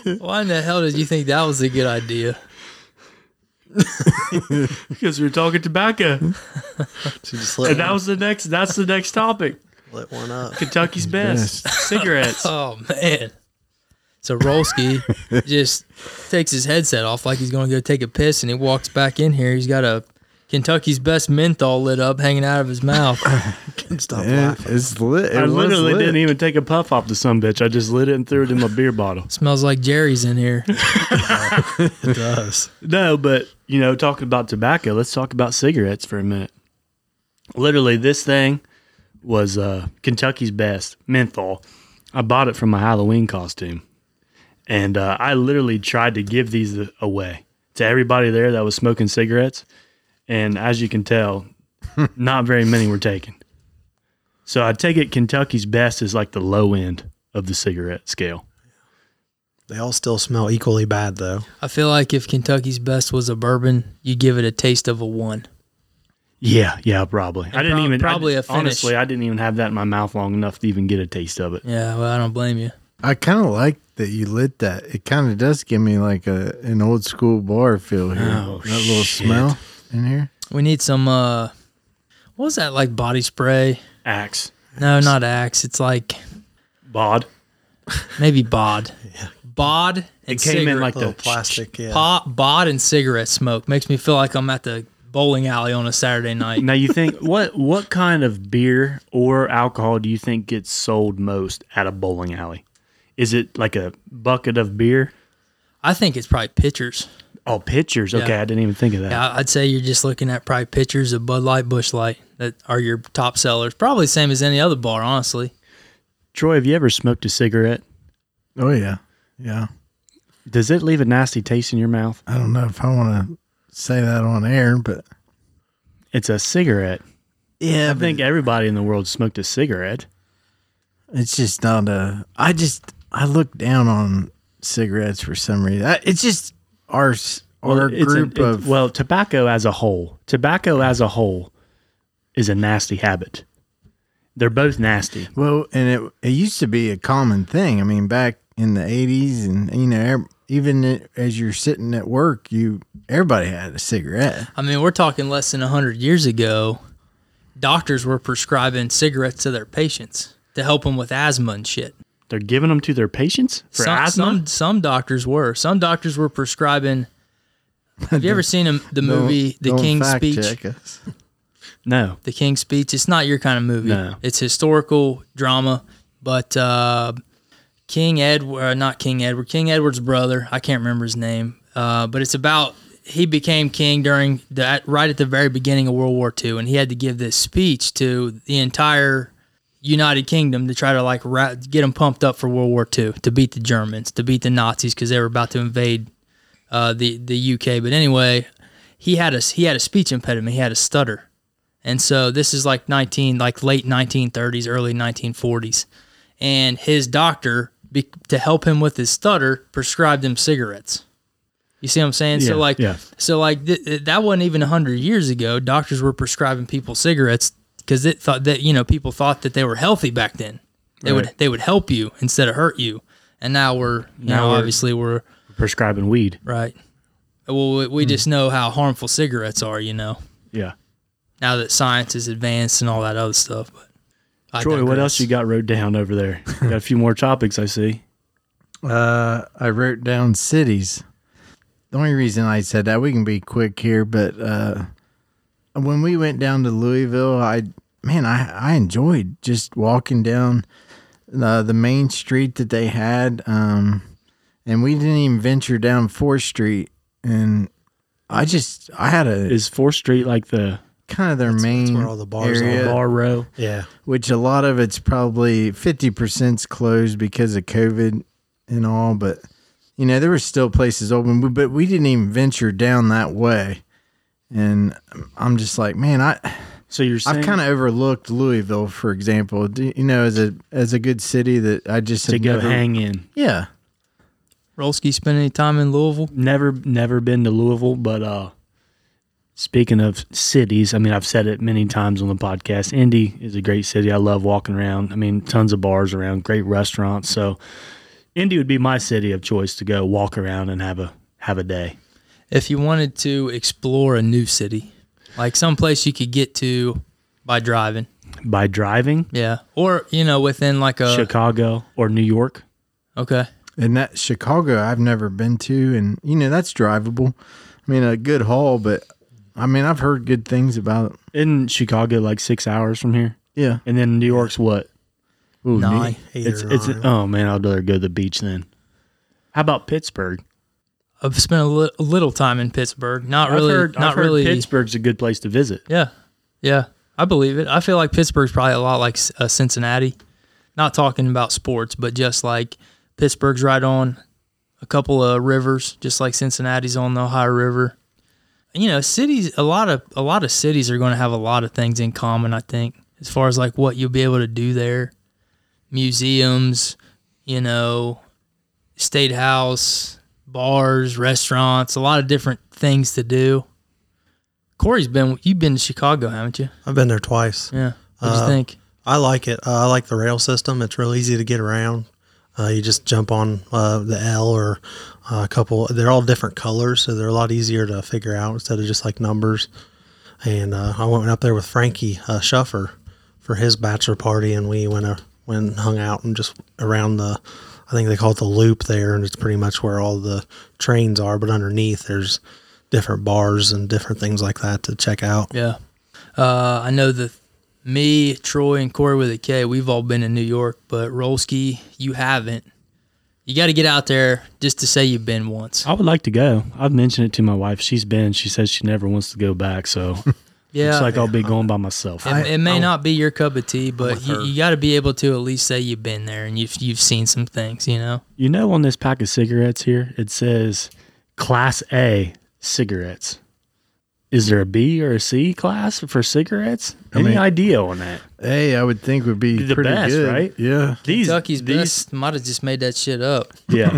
S2: why in the hell did you think that was a good idea?
S1: because we were talking tobacco,
S4: She just let,
S1: and that was the next. That's the next topic.
S4: let one up.
S1: Kentucky's best, cigarettes.
S2: Oh man. So Rolski just takes his headset off like he's gonna go take a piss and he walks back in here. He's got a Kentucky's best menthol lit up hanging out of his mouth.
S4: Couldn't stop
S3: It,
S4: laughing.
S3: it's lit. It
S1: I
S3: was
S1: literally
S3: lit.
S1: didn't even take a puff off the sun bitch. I just lit it and threw it in my beer bottle.
S2: Smells like Jerry's in here.
S4: It does.
S1: No, but you know, talking about tobacco, let's talk about cigarettes for a minute. Literally, this thing was uh, Kentucky's best menthol. I bought it from my Halloween costume, and uh, I literally tried to give these away to everybody there that was smoking cigarettes. And as you can tell, not very many were taken. So I take it Kentucky's best is like the low end of the cigarette scale.
S4: They all still smell equally bad, though.
S2: I feel like if Kentucky's best was a bourbon, you give it a taste of a one.
S1: Yeah, yeah, probably. I didn't
S2: prob-
S1: even I
S2: probably
S1: di-
S2: a finish.
S1: honestly. I didn't even have that in my mouth long enough to even get a taste of it.
S2: Yeah, well I don't blame you.
S3: I kind of like that you lit that. It kind of does give me like a an old school bar feel here.
S1: Oh,
S3: that little
S1: shit.
S3: smell in here.
S2: We need some uh what was that like body spray?
S1: Axe,
S2: No, not axe. It's like
S1: bod.
S2: maybe bod. Bod and
S1: It came in
S2: cigarette-
S1: like
S4: Little
S1: the
S4: plastic. Yeah.
S2: pot, bod, and cigarette smoke makes me feel like I'm at the bowling alley on a Saturday night.
S1: Now you think what what kind of beer or alcohol do you think gets sold most at a bowling alley? Is it like a bucket of beer?
S2: I think it's probably pitchers.
S1: Oh, pitchers. Okay,
S2: Yeah.
S1: I didn't even think of that.
S2: Yeah, I'd say you're just looking at probably pitchers of Bud Light, Bush Light that are your top sellers. Probably the same as any other bar, honestly.
S1: Troy, have you ever smoked a cigarette?
S3: Oh yeah, yeah.
S1: Does it leave a nasty taste in your mouth?
S3: I don't know if I want to say that on air, but
S1: It's a cigarette.
S3: yeah,
S1: I think everybody in the world smoked a cigarette.
S3: It's just not a. I just I look down on cigarettes for some reason. I, it's just our s- our
S1: It's an-
S3: group
S1: it-
S3: of.
S1: well, tobacco as a whole, tobacco as a whole, is a nasty habit. They're both nasty.
S3: well, and it it used to be a common thing. I mean, back in the eighties, and you know, ev- even i- as you're sitting at work, you everybody had a cigarette.
S2: I mean, we're talking less than 100 years ago, doctors were prescribing cigarettes to their patients to help them with asthma and shit.
S1: They're giving them to their patients for
S2: some,
S1: asthma.
S2: Some, some doctors were. Some doctors were prescribing. Have you ever seen a, the movie The
S3: Don't
S2: King's
S3: fact
S2: Speech?
S3: check us.
S1: no,
S2: The King's Speech. It's not your kind of movie.
S1: No.
S2: It's historical drama, but uh, King Edward, not King Edward, King Edward's brother. I can't remember his name, uh, but it's about he became king during that right at the very beginning of World War II, and he had to give this speech to the entire United Kingdom to try to like ra- get them pumped up for World War II to beat the Germans, to beat the Nazis because they were about to invade uh, the the UK. But anyway, he had a he had a speech impediment. He had a stutter. And so this is like 19, like late 1930s, early 1940s. And his doctor, be, to help him with his stutter, prescribed him cigarettes. You see what I'm saying? so
S1: Yeah,
S2: like,
S1: yeah.
S2: so like th- th- that wasn't even 100 years ago. Doctors were prescribing people cigarettes because it thought that you know people thought that they were healthy back then. They would they would help you instead of hurt you. And now we're you
S1: Now
S2: know
S1: we're-
S2: obviously we're
S1: prescribing weed. Hmm.
S2: right. Well, we, we just know how harmful cigarettes are. You know.
S1: Yeah,
S2: now that science is advanced and all that other stuff. But I
S1: Troy, what
S2: digress.
S1: else you got wrote down over there? got a few more topics I see.
S3: Uh, I wrote down cities. The only reason I said that, we can be quick here, but uh, when we went down to Louisville, I man, I I enjoyed just walking down the the main street that they had, um, and we didn't even venture down Fourth Street, and I just I had a
S1: Is Fourth Street like the
S3: kind of their main
S4: where all the bars are.
S3: area,
S1: bar row?
S4: Yeah.
S3: which a lot of it's probably 50%'s closed because of COVID and all, but you know, there were still places open, but- but we didn't even venture down that way. And I'm just like, man, I
S1: So you're saying
S3: I've kind of overlooked Louisville, for example, do, you know, as a as a good city that I just
S1: to
S3: had
S1: go
S3: never-
S1: hang in.
S3: Yeah,
S2: Rolski spend any time in Louisville?
S1: Never, never been to Louisville, but uh, speaking of cities, I mean, I've said it many times on the podcast. Indy is a great city. I love walking around. I mean, tons of bars around, great restaurants. So, Indy would be my city of choice to go walk around and have a have a day.
S2: If you wanted to explore a new city, like someplace you could get to by driving,
S1: By driving,
S2: yeah, or you know within like a
S1: Chicago or New York.
S2: okay,
S3: and that Chicago I've never been to, and you know that's drivable. I mean, a good haul, but I mean I've heard good things about it.
S1: Isn't Chicago like six hours from here?
S3: Yeah,
S1: And then New York's what?
S3: Ooh,
S2: nine.
S4: Either
S1: It's it's
S4: or.
S1: oh man, I'd rather go to the beach then. How about Pittsburgh?
S2: I've spent a, li- a little time in Pittsburgh. Not
S1: I've
S2: really.
S1: heard-
S2: not
S1: I've heard
S2: really.
S1: Pittsburgh's a good place to visit.
S2: Yeah, yeah. I believe it. I feel like Pittsburgh's probably a lot like S- uh, Cincinnati. Not talking about sports, but just like Pittsburgh's right on a couple of rivers, just like Cincinnati's on the Ohio River. You know, cities. A lot of a lot of cities are going to have a lot of things in common. I think as far as like what you'll be able to do there, museums, you know, state house, bars, restaurants, a lot of different things to do. Corey's been you've been to Chicago, haven't you?
S4: I've been there twice.
S2: Yeah. What do you
S4: Uh,
S2: think?
S4: I like it. Uh, I like the rail system. It's real easy to get around. Uh, you just jump on uh, the L or uh, a couple. They're all different colors, so they're a lot easier to figure out instead of just like numbers. And uh, I went up there with Frankie uh, Shuffer for his bachelor party, and we went uh, went and hung out and just around the. I think they call it the loop there, and it's pretty much where all the trains are. But underneath, there's different bars and different things like that to check out.
S2: Yeah. Uh, I know that me, Troy, and Corey with a K, we've all been in New York, but Rolski, you haven't. You got to get out there just to say you've been once.
S1: I would like to go. I've mentioned it to my wife. She's been. She says she never wants to go back. So
S2: Yeah.
S1: it's like I'll be going by myself.
S2: it, it may not be your cup of tea, but
S4: with
S2: you,
S4: her.
S2: you got to be able to at least say you've been there and you've you've seen some things, you know.
S1: you know, on this pack of cigarettes here, it says Class A cigarettes. Is there a B or a C class for cigarettes? Any
S3: mean-
S1: idea on that?
S3: Hey, I would think would be
S1: Be the
S3: pretty
S1: best,
S3: good,
S1: right?
S3: Yeah.
S1: These
S2: Kentucky's
S1: these-
S2: best might have just made that shit up.
S1: Yeah.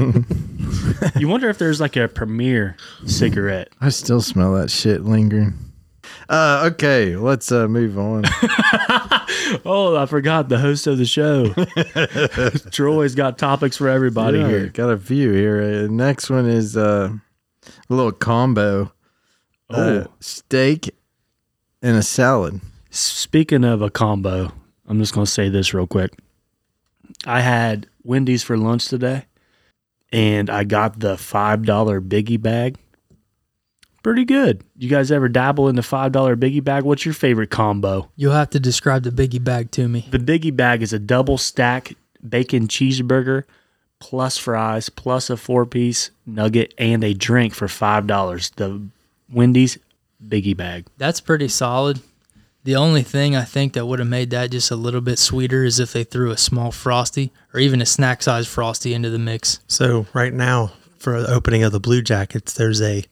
S1: you wonder if there's like a premier cigarette.
S3: I still smell that shit lingering. Uh, okay, let's uh, move on.
S1: Oh, I forgot the host of the show. Troy's got topics for everybody
S3: Yeah,
S1: here.
S3: Got a few here. Uh, next one is uh, a little combo:
S1: Oh,
S3: uh, steak and a salad.
S1: Speaking of a combo, I'm just going to say this real quick. I had Wendy's for lunch today and I got the $5 biggie bag. Pretty good. You guys ever dabble in the $5 biggie bag? What's your favorite combo?
S2: You'll have to describe the biggie bag to me.
S1: The biggie bag is a double stack bacon cheeseburger plus fries plus a four piece nugget and a drink for $5. The Wendy's biggie bag.
S2: That's pretty solid. The only thing I think that would have made that just a little bit sweeter is if they threw a small frosty or even a snack size frosty into the mix.
S4: So right now for the opening of the Blue Jackets, there's a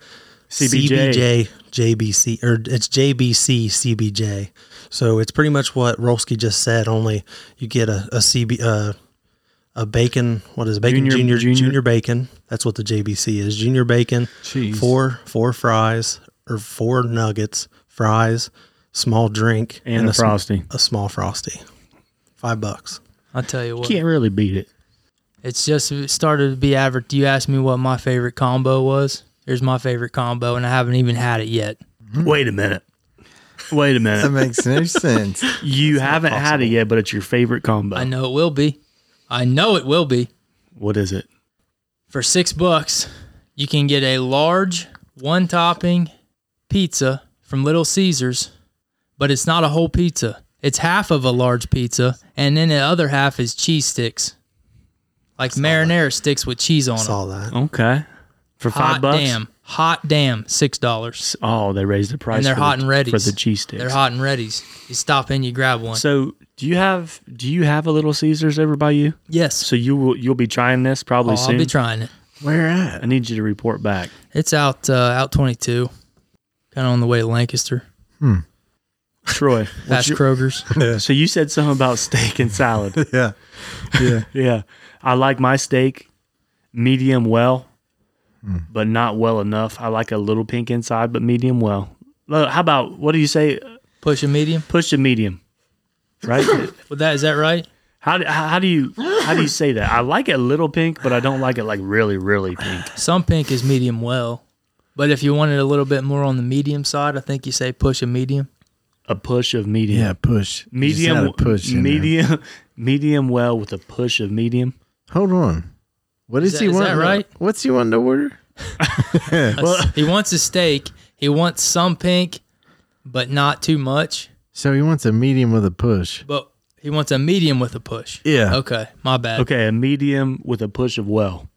S1: CBJ.
S4: CBJ JBC or it's JBC CBJ. So it's pretty much what Rolski just said. Only you get a a CB uh, a bacon. What is it? bacon?
S1: Junior-
S4: Junior,
S1: junior-
S4: junior bacon. That's what the JBC is. Junior bacon.
S3: Jeez.
S4: Four four fries or four nuggets, fries, small drink,
S1: And a
S4: sm-
S1: Frosty.
S4: A small frosty. Five bucks.
S2: I'll tell you what.
S1: Can't really beat it.
S2: It's just it started to be advert. You asked me what my favorite combo was. Here's my favorite combo, and I haven't even had it yet.
S1: Wait a minute. Wait a
S3: That
S1: minute.
S3: makes no sense.
S1: You haven't had it yet, but it's your favorite combo.
S2: I know it will be. I know it will be.
S1: What is it?
S2: For six bucks, you can get a large one topping pizza from Little Caesars, but it's not a whole pizza. It's half of a large pizza, and then the other half is cheese sticks, like marinara sticks with cheese on them.
S4: Saw that.
S1: Okay. For
S2: Hot
S1: five bucks?
S2: damn, hot damn, six dollars.
S1: Oh, they raised the price.
S2: And they're
S1: for
S2: hot
S1: the,
S2: and ready
S1: for the cheese sticks.
S2: They're hot and ready's. You stop in, you grab one.
S1: So do you have do you have a Little Caesars over by you?
S2: yes,
S1: So you will you'll be trying this probably
S2: Oh,
S1: soon.
S2: I'll be trying it.
S3: Where
S1: I
S3: at?
S1: need you to report back.
S2: It's out uh, out twenty two, kind of on the way to Lancaster.
S1: Troy.
S2: Past Kroger's.
S1: so you said something about steak and salad.
S3: Yeah. Yeah.
S1: Yeah. I like my steak medium well, but not well enough. I like a little pink inside, but medium well. Look, How about what do you say?
S2: Push a medium.
S1: Push to medium, right?
S2: With that, is that right?
S1: how, do, how do you how do you say that? I like it a little pink, but I don't like it like really really pink.
S2: Some pink is medium well, but if you wanted a little bit more on the medium side, I think you say push a medium.
S1: A push of medium.
S3: Yeah. Push. You just
S1: Medium
S3: had a push. in there.
S1: medium medium well with a push of medium.
S3: Hold on. What
S2: Is
S3: is,
S2: that-
S3: he
S2: is
S3: want?
S2: that right?
S3: What's he wanting to order?
S2: Well, he wants a steak. He wants some pink, but not too much.
S3: So he wants a medium with a push.
S2: But he wants a medium with a push.
S3: Yeah.
S2: Okay, my bad.
S1: Okay, a medium with a push of well.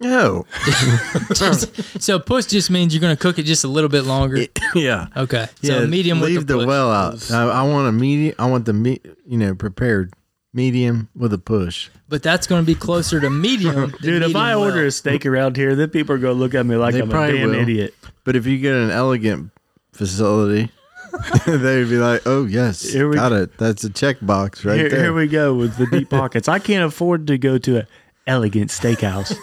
S3: No.
S2: so push just means you're gonna cook it just a little bit longer.
S3: yeah.
S2: Okay. So medium
S3: leave
S2: with the
S3: the
S2: push.
S3: well out. I, I want a medium. I want the me, you know prepared medium with a push.
S2: But that's gonna be closer to medium. than
S1: Dude, if
S2: medium
S1: I order
S2: well.
S1: a steak around here, then people are gonna look at me like
S3: They
S1: I'm a
S3: probably
S1: damn
S3: will.
S1: idiot.
S3: But if you get an elegant facility, they'd be like, "Oh yes,
S1: Here we-
S3: got it. That's a checkbox right
S1: here,
S3: there."
S1: here we go with the deep pockets. I can't afford to go to a elegant steakhouse.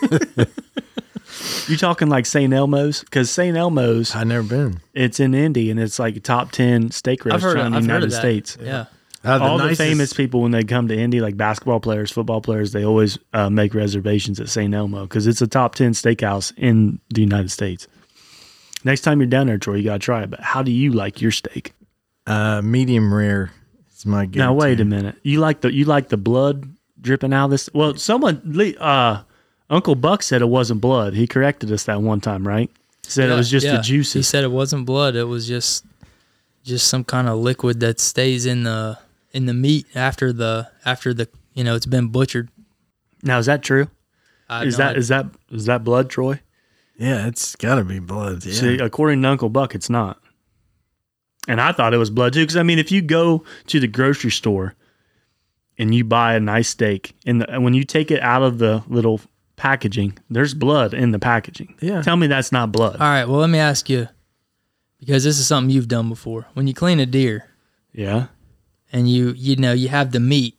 S1: you talking like St. Elmo's? Because St. Elmo's,
S3: I've never been.
S1: it's in Indy, and it's like top ten steak
S2: I've
S1: restaurant in
S2: heard. Of,
S1: the
S2: I've heard
S1: United
S2: of that.
S1: States.
S2: Yeah.
S3: Uh,
S1: All
S3: nicest-
S1: the famous people when they come to Indy, like basketball players, football players, they always uh, make reservations at St. Elmo because it's a top ten steakhouse in the United States. Next time you're down there, Troy, you gotta try it. But how do you like your steak?
S3: uh, medium rare. is my guess.
S1: Now wait a minute. You like the you like the blood dripping out of this? Well, someone le- uh Uncle Buck said it wasn't blood. He corrected us that one time, right? Said it
S2: Yeah,
S1: was just
S2: yeah.
S1: the
S2: He
S1: juices.
S2: said it wasn't blood. It was just just some kind of liquid that stays in the in the meat after the after the you know it's been butchered.
S1: Now is that true?
S2: I
S1: Is
S2: know
S1: that is that is that blood, Troy?
S3: Yeah, it's got to be blood. Yeah.
S1: See, according to Uncle Buck, it's not. And I thought it was blood too, because I mean, if you go to the grocery store and you buy a nice steak, and, the, and when you take it out of the little packaging, there's blood in the packaging.
S3: Yeah.
S1: Tell me that's not blood.
S2: all right. Well, let me ask you because this is something you've done before. When you clean a deer
S1: Yeah.
S2: and you you know you have the meat,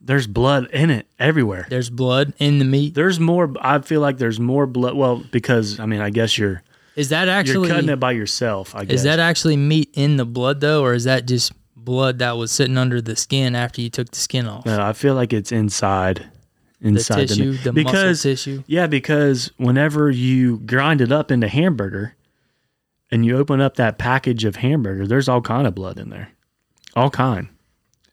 S1: There's blood in it everywhere.
S2: there's blood in the meat.
S1: There's more. I feel like there's more blood. Well, because I mean, I guess you're
S2: Is that
S1: you're
S2: actually
S1: cutting it by yourself. I guess.
S2: is that actually meat in the blood though, or is that just blood that was sitting under the skin after you took the skin off?
S1: No, I feel like it's inside,
S2: the
S1: Uh, inside the
S2: tissue,
S1: meat.
S2: the
S1: because
S2: muscle tissue.
S1: yeah, because whenever you grind it up into hamburger, and you open up that package of hamburger, there's all kind of blood in there, all kind.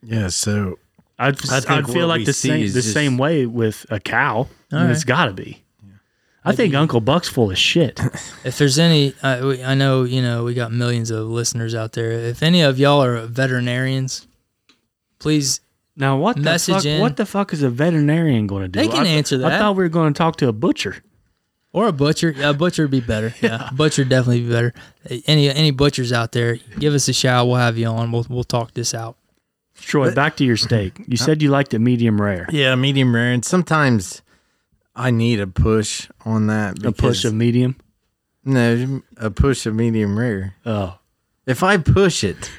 S3: Yeah. So
S1: I'd,
S4: I
S1: I
S4: think
S1: would feel
S4: what
S1: like
S4: we
S1: the
S4: see
S1: same the
S4: is just-
S1: same way with a cow. I mean,
S2: All
S1: It's
S2: right.
S1: got to be. I think Uncle Buck's full of shit.
S2: If there's any, I, we- I know you know we got millions of listeners out there. If any of y'all are veterinarians, please,
S1: Now what the
S2: Message
S1: fuck?
S2: in.
S1: What the fuck is a veterinarian going to do?
S2: They can
S1: I th-
S2: answer
S1: I
S2: that.
S1: thought we were going to talk to a butcher.
S2: or a butcher. A butcher would be better. Yeah, butcher would definitely be better. Any any butchers out there, give us a shout. We'll have you on. We'll we'll talk this out.
S1: Troy, back to your steak. You said you liked it medium rare.
S3: yeah, medium rare, and sometimes I need a push on that.
S1: A push
S3: because-
S1: of medium.
S3: no, a push of medium rare.
S1: Oh,
S3: If I push it,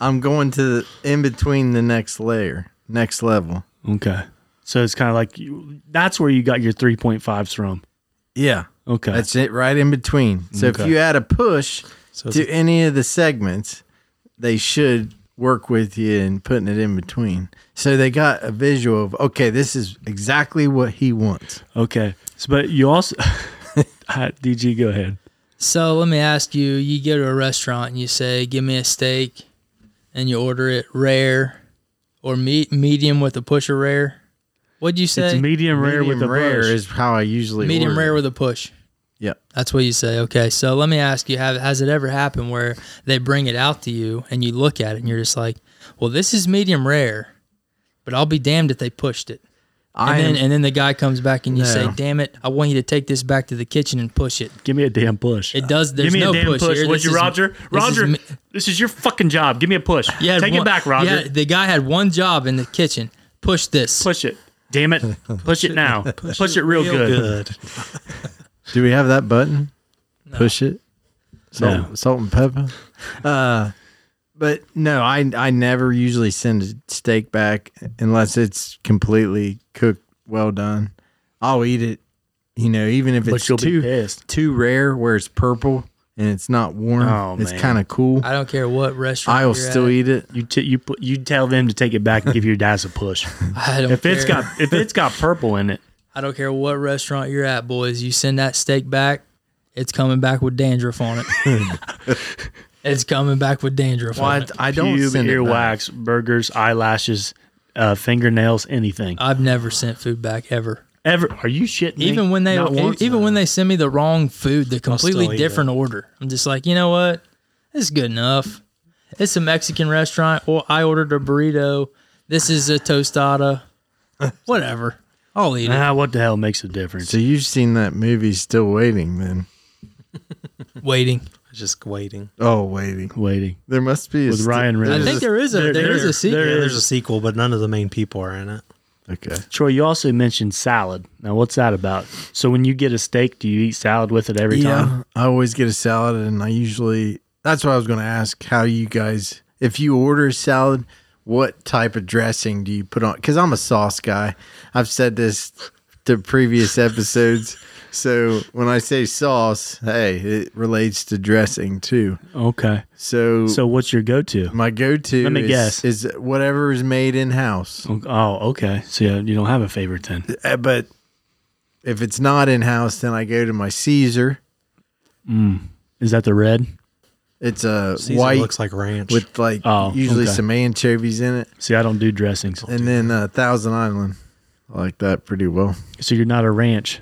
S3: I'm going to the, in between the next layer, next level.
S1: okay. So it's kind of like you, that's where you got your three point fives from.
S3: Yeah,
S1: Okay.
S3: that's it, right in between. So if
S1: Okay.
S3: you add a push
S4: So
S3: to any of the segments, they should work with you in putting it in between. So they got a visual of okay, this is exactly what he wants.
S1: okay. So, but you also, DG, go ahead.
S2: So let me ask you: You go to a restaurant and you say, "Give me a steak," and you order it rare or meat medium with a push or rare. What'd you say?
S1: It's medium rare
S3: Medium
S1: with a
S3: rare
S1: push.
S3: is how I usually
S2: medium
S3: order.
S2: rare with a push.
S3: Yeah.
S2: That's what you say. Okay, so let me ask you: Have has it ever happened where they bring it out to you and you look at it and you're just like, "Well, this is medium rare," but I'll be damned if they pushed it. And
S3: I
S2: then
S3: am,
S2: and then the guy comes back and you say,
S3: No.
S2: "Damn it! I want you to take this back to the kitchen and push it."
S1: Give me a damn push.
S2: It does.
S1: Uh, Give
S2: There's
S1: me
S2: no
S1: a damn
S2: push.
S1: push,
S2: here.
S1: would
S2: This
S1: you,
S2: is-
S1: Roger?
S2: this is
S1: Roger,
S2: me-
S1: this is your fucking job. Give me a push.
S2: you had
S1: Take
S2: one-
S1: it back, Roger.
S2: Yeah, the guy had one job in the kitchen. Push this.
S1: Push it. Damn it. Push it now. Push, it real, good.
S3: do we have that button? Push it. Salt,
S1: No.
S3: salt and pepper. Uh, but no, I I never usually send a steak back unless it's completely cooked, well done. I'll eat it, you know, even if
S1: But
S3: it's
S1: you'll be
S3: too
S1: pissed.
S3: too rare where it's purple and it's not warm.
S1: Oh,
S3: it's
S1: man.
S3: kind of cool.
S2: I don't care what restaurant.
S3: I'll
S2: you're
S3: still
S2: at.
S3: eat it.
S1: You t- you pu- you tell them to take it back and give your guys a push.
S2: I don't
S1: if
S2: care.
S1: it's got if it's got purple in it,
S2: I don't care what restaurant you're at, boys. You send that steak back, it's coming back with dandruff on it. it's coming back with dandruff on
S3: Well,
S2: it.
S3: I, I don't
S1: pube,
S3: send it back.
S1: earwax, burgers, eyelashes, uh, fingernails, anything.
S2: I've never sent food back ever.
S1: Ever are you shitting? me?
S2: Even when they
S1: Not
S2: e-
S1: once?
S2: even when they send me the wrong food, the
S4: still
S2: completely
S4: eat
S2: different order. I'm just like, you know what? This is good enough. It's a Mexican restaurant. Or I ordered a burrito. This is a tostada. Whatever. I'll eat it.
S1: Ah, what the hell makes a difference?
S3: So you've seen that movie Still Waiting then.
S2: Waiting.
S4: Just waiting.
S3: Oh, waiting.
S1: Waiting.
S3: There must be a
S1: With
S3: sti-
S1: Ryan
S3: there's
S1: Reynolds.
S2: I
S3: a-
S2: think there is a
S1: there-
S2: there is
S1: there-
S2: a sequel.
S1: there
S4: Yeah,
S1: is-
S4: there's a sequel, but none of the main people are in it.
S3: Okay.
S1: Troy, you also mentioned salad. Now, what's that about? So, when you get a steak, do you eat salad with it every time?
S3: I always get a salad, and I usually that's what I was going to ask how you guys, if you order a salad, what type of dressing do you put on? Because I'm a sauce guy. I've said this to previous episodes. So when I say sauce, hey, it relates to dressing too.
S1: Okay.
S3: So,
S1: So, what's your go-to?
S3: my go to
S1: Let me
S3: is,
S1: guess.
S3: is whatever is made in house.
S1: Oh, okay. So yeah, you don't have a favorite then.
S3: Uh, But if it's not in house, then I go to my Caesar.
S1: Is that the red?
S3: It's a
S4: Caesar
S3: white
S4: looks like ranch.
S3: with like
S1: Oh,
S3: usually
S1: okay.
S3: some anchovies in it.
S1: See, I don't do dressings.
S3: And then uh, Thousand Island, I like that pretty well.
S1: So you're not a ranch.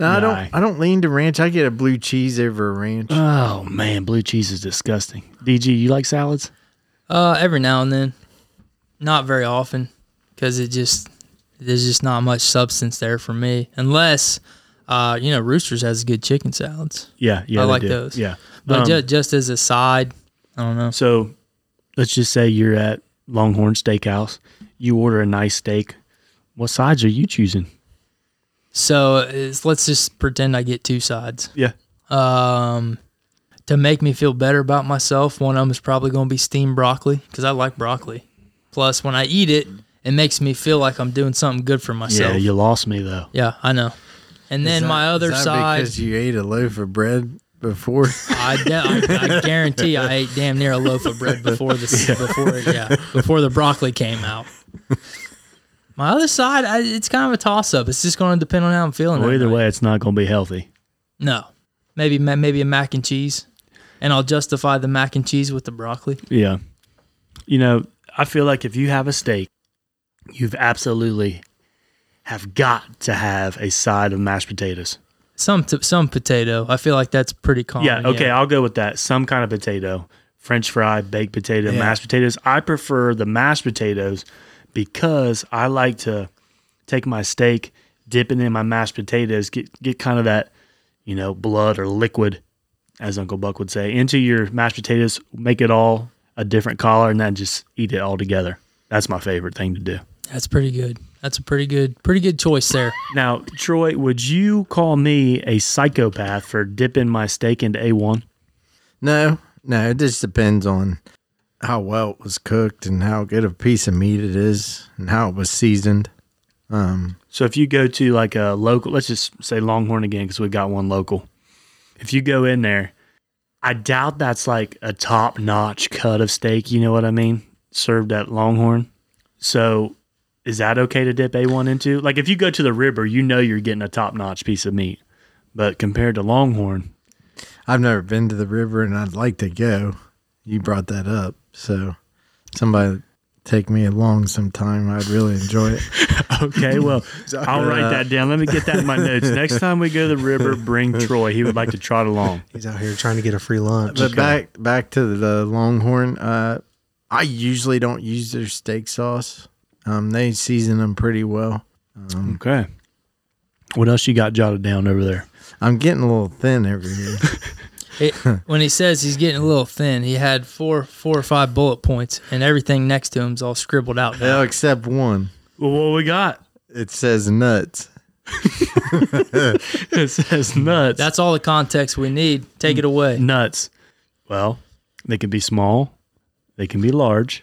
S3: No, I
S1: Nah.
S3: don't. I don't lean to ranch. I get a blue cheese over a ranch.
S1: Oh man, blue cheese is disgusting. DG, you like salads?
S2: Uh, every now and then, not very often, because it just there's just not much substance there for me. Unless, uh, you know, Roosters has good chicken salads,
S1: Yeah, yeah,
S2: I
S1: they
S2: like
S1: do.
S2: those.
S1: Yeah.
S2: but
S1: Um,
S2: ju- just as a side, I don't know.
S1: So let's just say you're at Longhorn Steakhouse. You order a nice steak. What sides are you choosing?
S2: So it's, let's just pretend I get two sides.
S1: Yeah.
S2: Um, to make me feel better about myself, one of them is probably going to be steamed broccoli because I like broccoli. Plus, when I eat it, it makes me feel like I'm doing something good for
S1: Yeah,
S2: myself.
S1: you lost me though.
S2: Yeah, I know. And then
S3: Is that-
S2: my other
S3: is that
S2: side,
S3: because you ate a loaf of bread before.
S2: I, de- I, I guarantee I ate damn near a loaf of bread before the before yeah before the broccoli came out. My other side, I, it's kind of a toss up. It's just going to depend on how I'm feeling.
S1: Well,
S2: that
S1: either
S2: night.
S1: way, it's not going to be healthy.
S2: no, maybe ma- maybe a mac and cheese, and I'll justify the mac and cheese with the broccoli.
S1: Yeah. You know, I feel like if you have a steak, you've absolutely have got to have a side of mashed potatoes.
S2: Some t- some potato. I feel like that's pretty common.
S1: yeah, okay, I'll go with that. Some kind of potato, french fry, baked potato,
S3: Yeah.
S1: mashed potatoes. I prefer the mashed potatoes because I like to take my steak, dip it in my mashed potatoes, get get kind of that, you know, blood or liquid as Uncle Buck would say, into your mashed potatoes, make it all a different color, and then just eat it all together. That's my favorite thing to do.
S2: That's pretty good. That's a pretty good pretty good choice there.
S1: Now, Troy, would you call me a psychopath for dipping my steak into A1?
S3: no, no, it just depends on how well it was cooked and how good a piece of meat it is and how it was seasoned. Um,
S1: So if you go to like a local, let's just say Longhorn again, because we've got one local. If you go in there, I doubt that's like a top notch cut of steak. You know what I mean? Served at Longhorn. So is that okay to dip A1 into? Like if you go to the river, you know you're getting a top notch piece of meat. But compared to Longhorn,
S3: I've never been to the river and I'd like to go. You brought that up. So somebody take me along sometime. I'd really enjoy it.
S1: Okay, well, I'll write that down. Let me get that in my notes. Next time we go to the river, bring Troy. He would like to trot along.
S4: He's out here trying to get a free lunch.
S3: But back back to the Longhorn. Uh, I usually don't use their steak sauce. Um, they season them pretty well. Um,
S1: Okay. What else you got jotted down over there?
S3: I'm getting a little thin every year.
S2: It, when he says he's getting a little thin, he had four, four or five bullet points, and everything next to him's all scribbled out. now.
S3: well, except one.
S1: Well, what we got?
S3: It says nuts.
S1: It says nuts.
S2: That's all the context we need. Take it away.
S1: nuts. Well, they can be small, they can be large.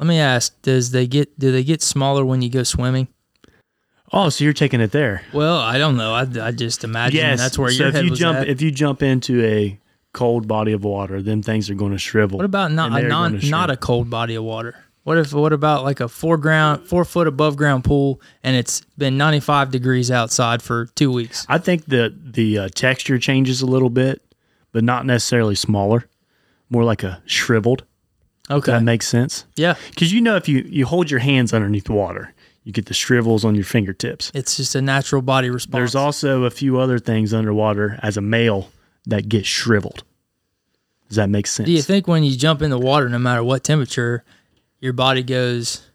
S2: Let me ask: Does they get do they get smaller when you go swimming?
S1: Oh, so you're taking it there?
S2: Well, I don't know. I, I just imagine
S1: yes.
S2: that's where
S1: so
S2: your
S1: if
S2: head
S1: you
S2: was
S1: jump
S2: at.
S1: if you jump into a cold body of water, then things are going to shrivel.
S2: What about
S1: and
S2: not a
S1: they're
S2: non
S1: gonna shrink.
S2: not a cold body of water? What if what about like a four ground four foot above ground pool and it's been ninety five degrees outside for two weeks?
S1: I think the the uh, texture changes a little bit, but not necessarily smaller. More like a shriveled.
S2: Okay.
S1: That makes sense.
S2: yeah.
S1: Because you know, if you you hold your hands underneath water, you get the shrivels on your fingertips.
S2: It's just a natural body response.
S1: There's also a few other things underwater as a male that get shriveled. Does that make sense?
S2: Do you think when you jump in the water, no matter what temperature, your body goes,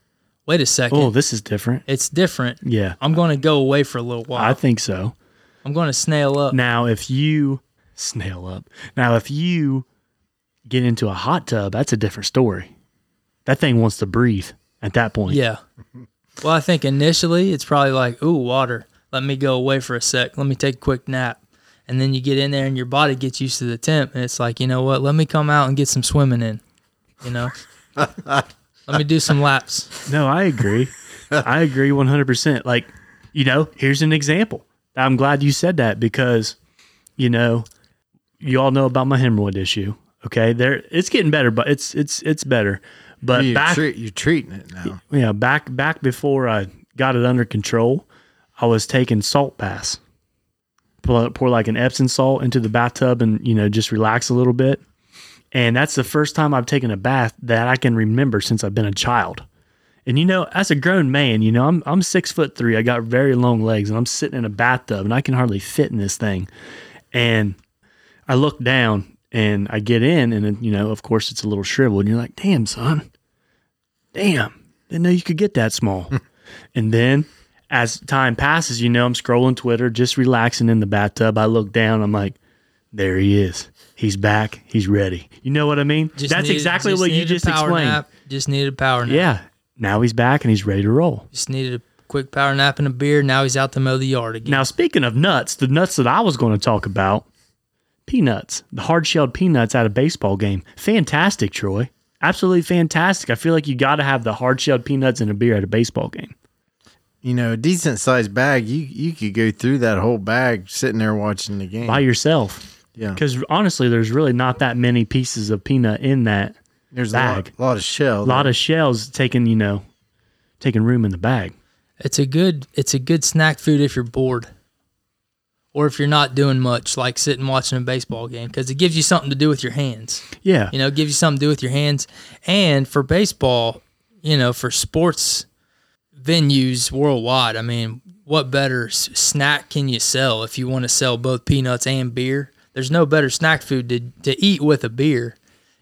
S2: wait a second,
S1: oh, this is different.
S2: it's different.
S1: Yeah,
S2: I'm going to go away for a little while.
S1: I think so.
S2: I'm going to snail up.
S1: Now, if you snail up, now if you get into a hot tub, that's a different story. That thing wants to breathe at that point.
S2: Yeah. Well, I think initially it's probably like, ooh, water. Let me go away for a sec. Let me take a quick nap. And then you get in there and your body gets used to the temp. And it's like, you know what? Let me come out and get some swimming in. You know? Let me do some laps.
S1: No, I agree. I agree 100%. Like, you know, here's an example. I'm glad you said that because, you know, you all know about my hemorrhoid issue. Okay. There, it's getting better, but it's, it's, it's better. But
S3: You
S1: back,
S3: treat, you're treating it now.
S1: yeah, back, back before I got it under control, I was taking salt baths, pour, pour like an Epsom salt into the bathtub and, you know, just relax a little bit. And that's the first time I've taken a bath that I can remember since I've been a child. And you know, as a grown man, you know, I'm I'm six foot three. I got very long legs, and I'm sitting in a bathtub, and I can hardly fit in this thing. And I look down, and I get in, and then, you know, of course, it's a little shriveled. And you're like, "Damn, son, damn, didn't know you could get that small." and then, as time passes, you know, I'm scrolling Twitter, just relaxing in the bathtub. I look down, I'm like, "There he is. He's back. He's ready." You know what I mean?
S2: Just
S1: That's
S2: need-
S1: exactly what you
S2: needed a
S1: just
S2: power
S1: explained.
S2: Nap. Just needed a power nap.
S1: Yeah. Now he's back and he's ready to roll.
S2: Just needed a quick power nap and a beer. Now he's out to mow the yard again.
S1: Now, speaking of nuts, the nuts that I was going to talk about peanuts, the hard shelled peanuts at a baseball game. Fantastic, Troy. Absolutely fantastic. I feel like you got to have the hard shelled peanuts and a beer at a baseball game.
S3: You know, a decent sized bag. You you could go through that whole bag sitting there watching the game.
S1: By yourself.
S3: yeah,
S1: Because honestly, there's really not that many pieces of peanut in that.
S3: there's
S1: bag.
S3: a lot, lot of
S1: A
S3: shell.
S1: lot of shells taking, you know, taking room in the bag.
S2: It's a good it's a good snack food if you're bored. Or if you're not doing much, like sitting watching a baseball game, because it gives you something to do with your hands.
S1: Yeah.
S2: You know, it gives you something to do with your hands. And for baseball, you know, for sports venues worldwide, I mean, what better s- snack can you sell if you want to sell both peanuts and beer? There's no better snack food to, to eat with a beer.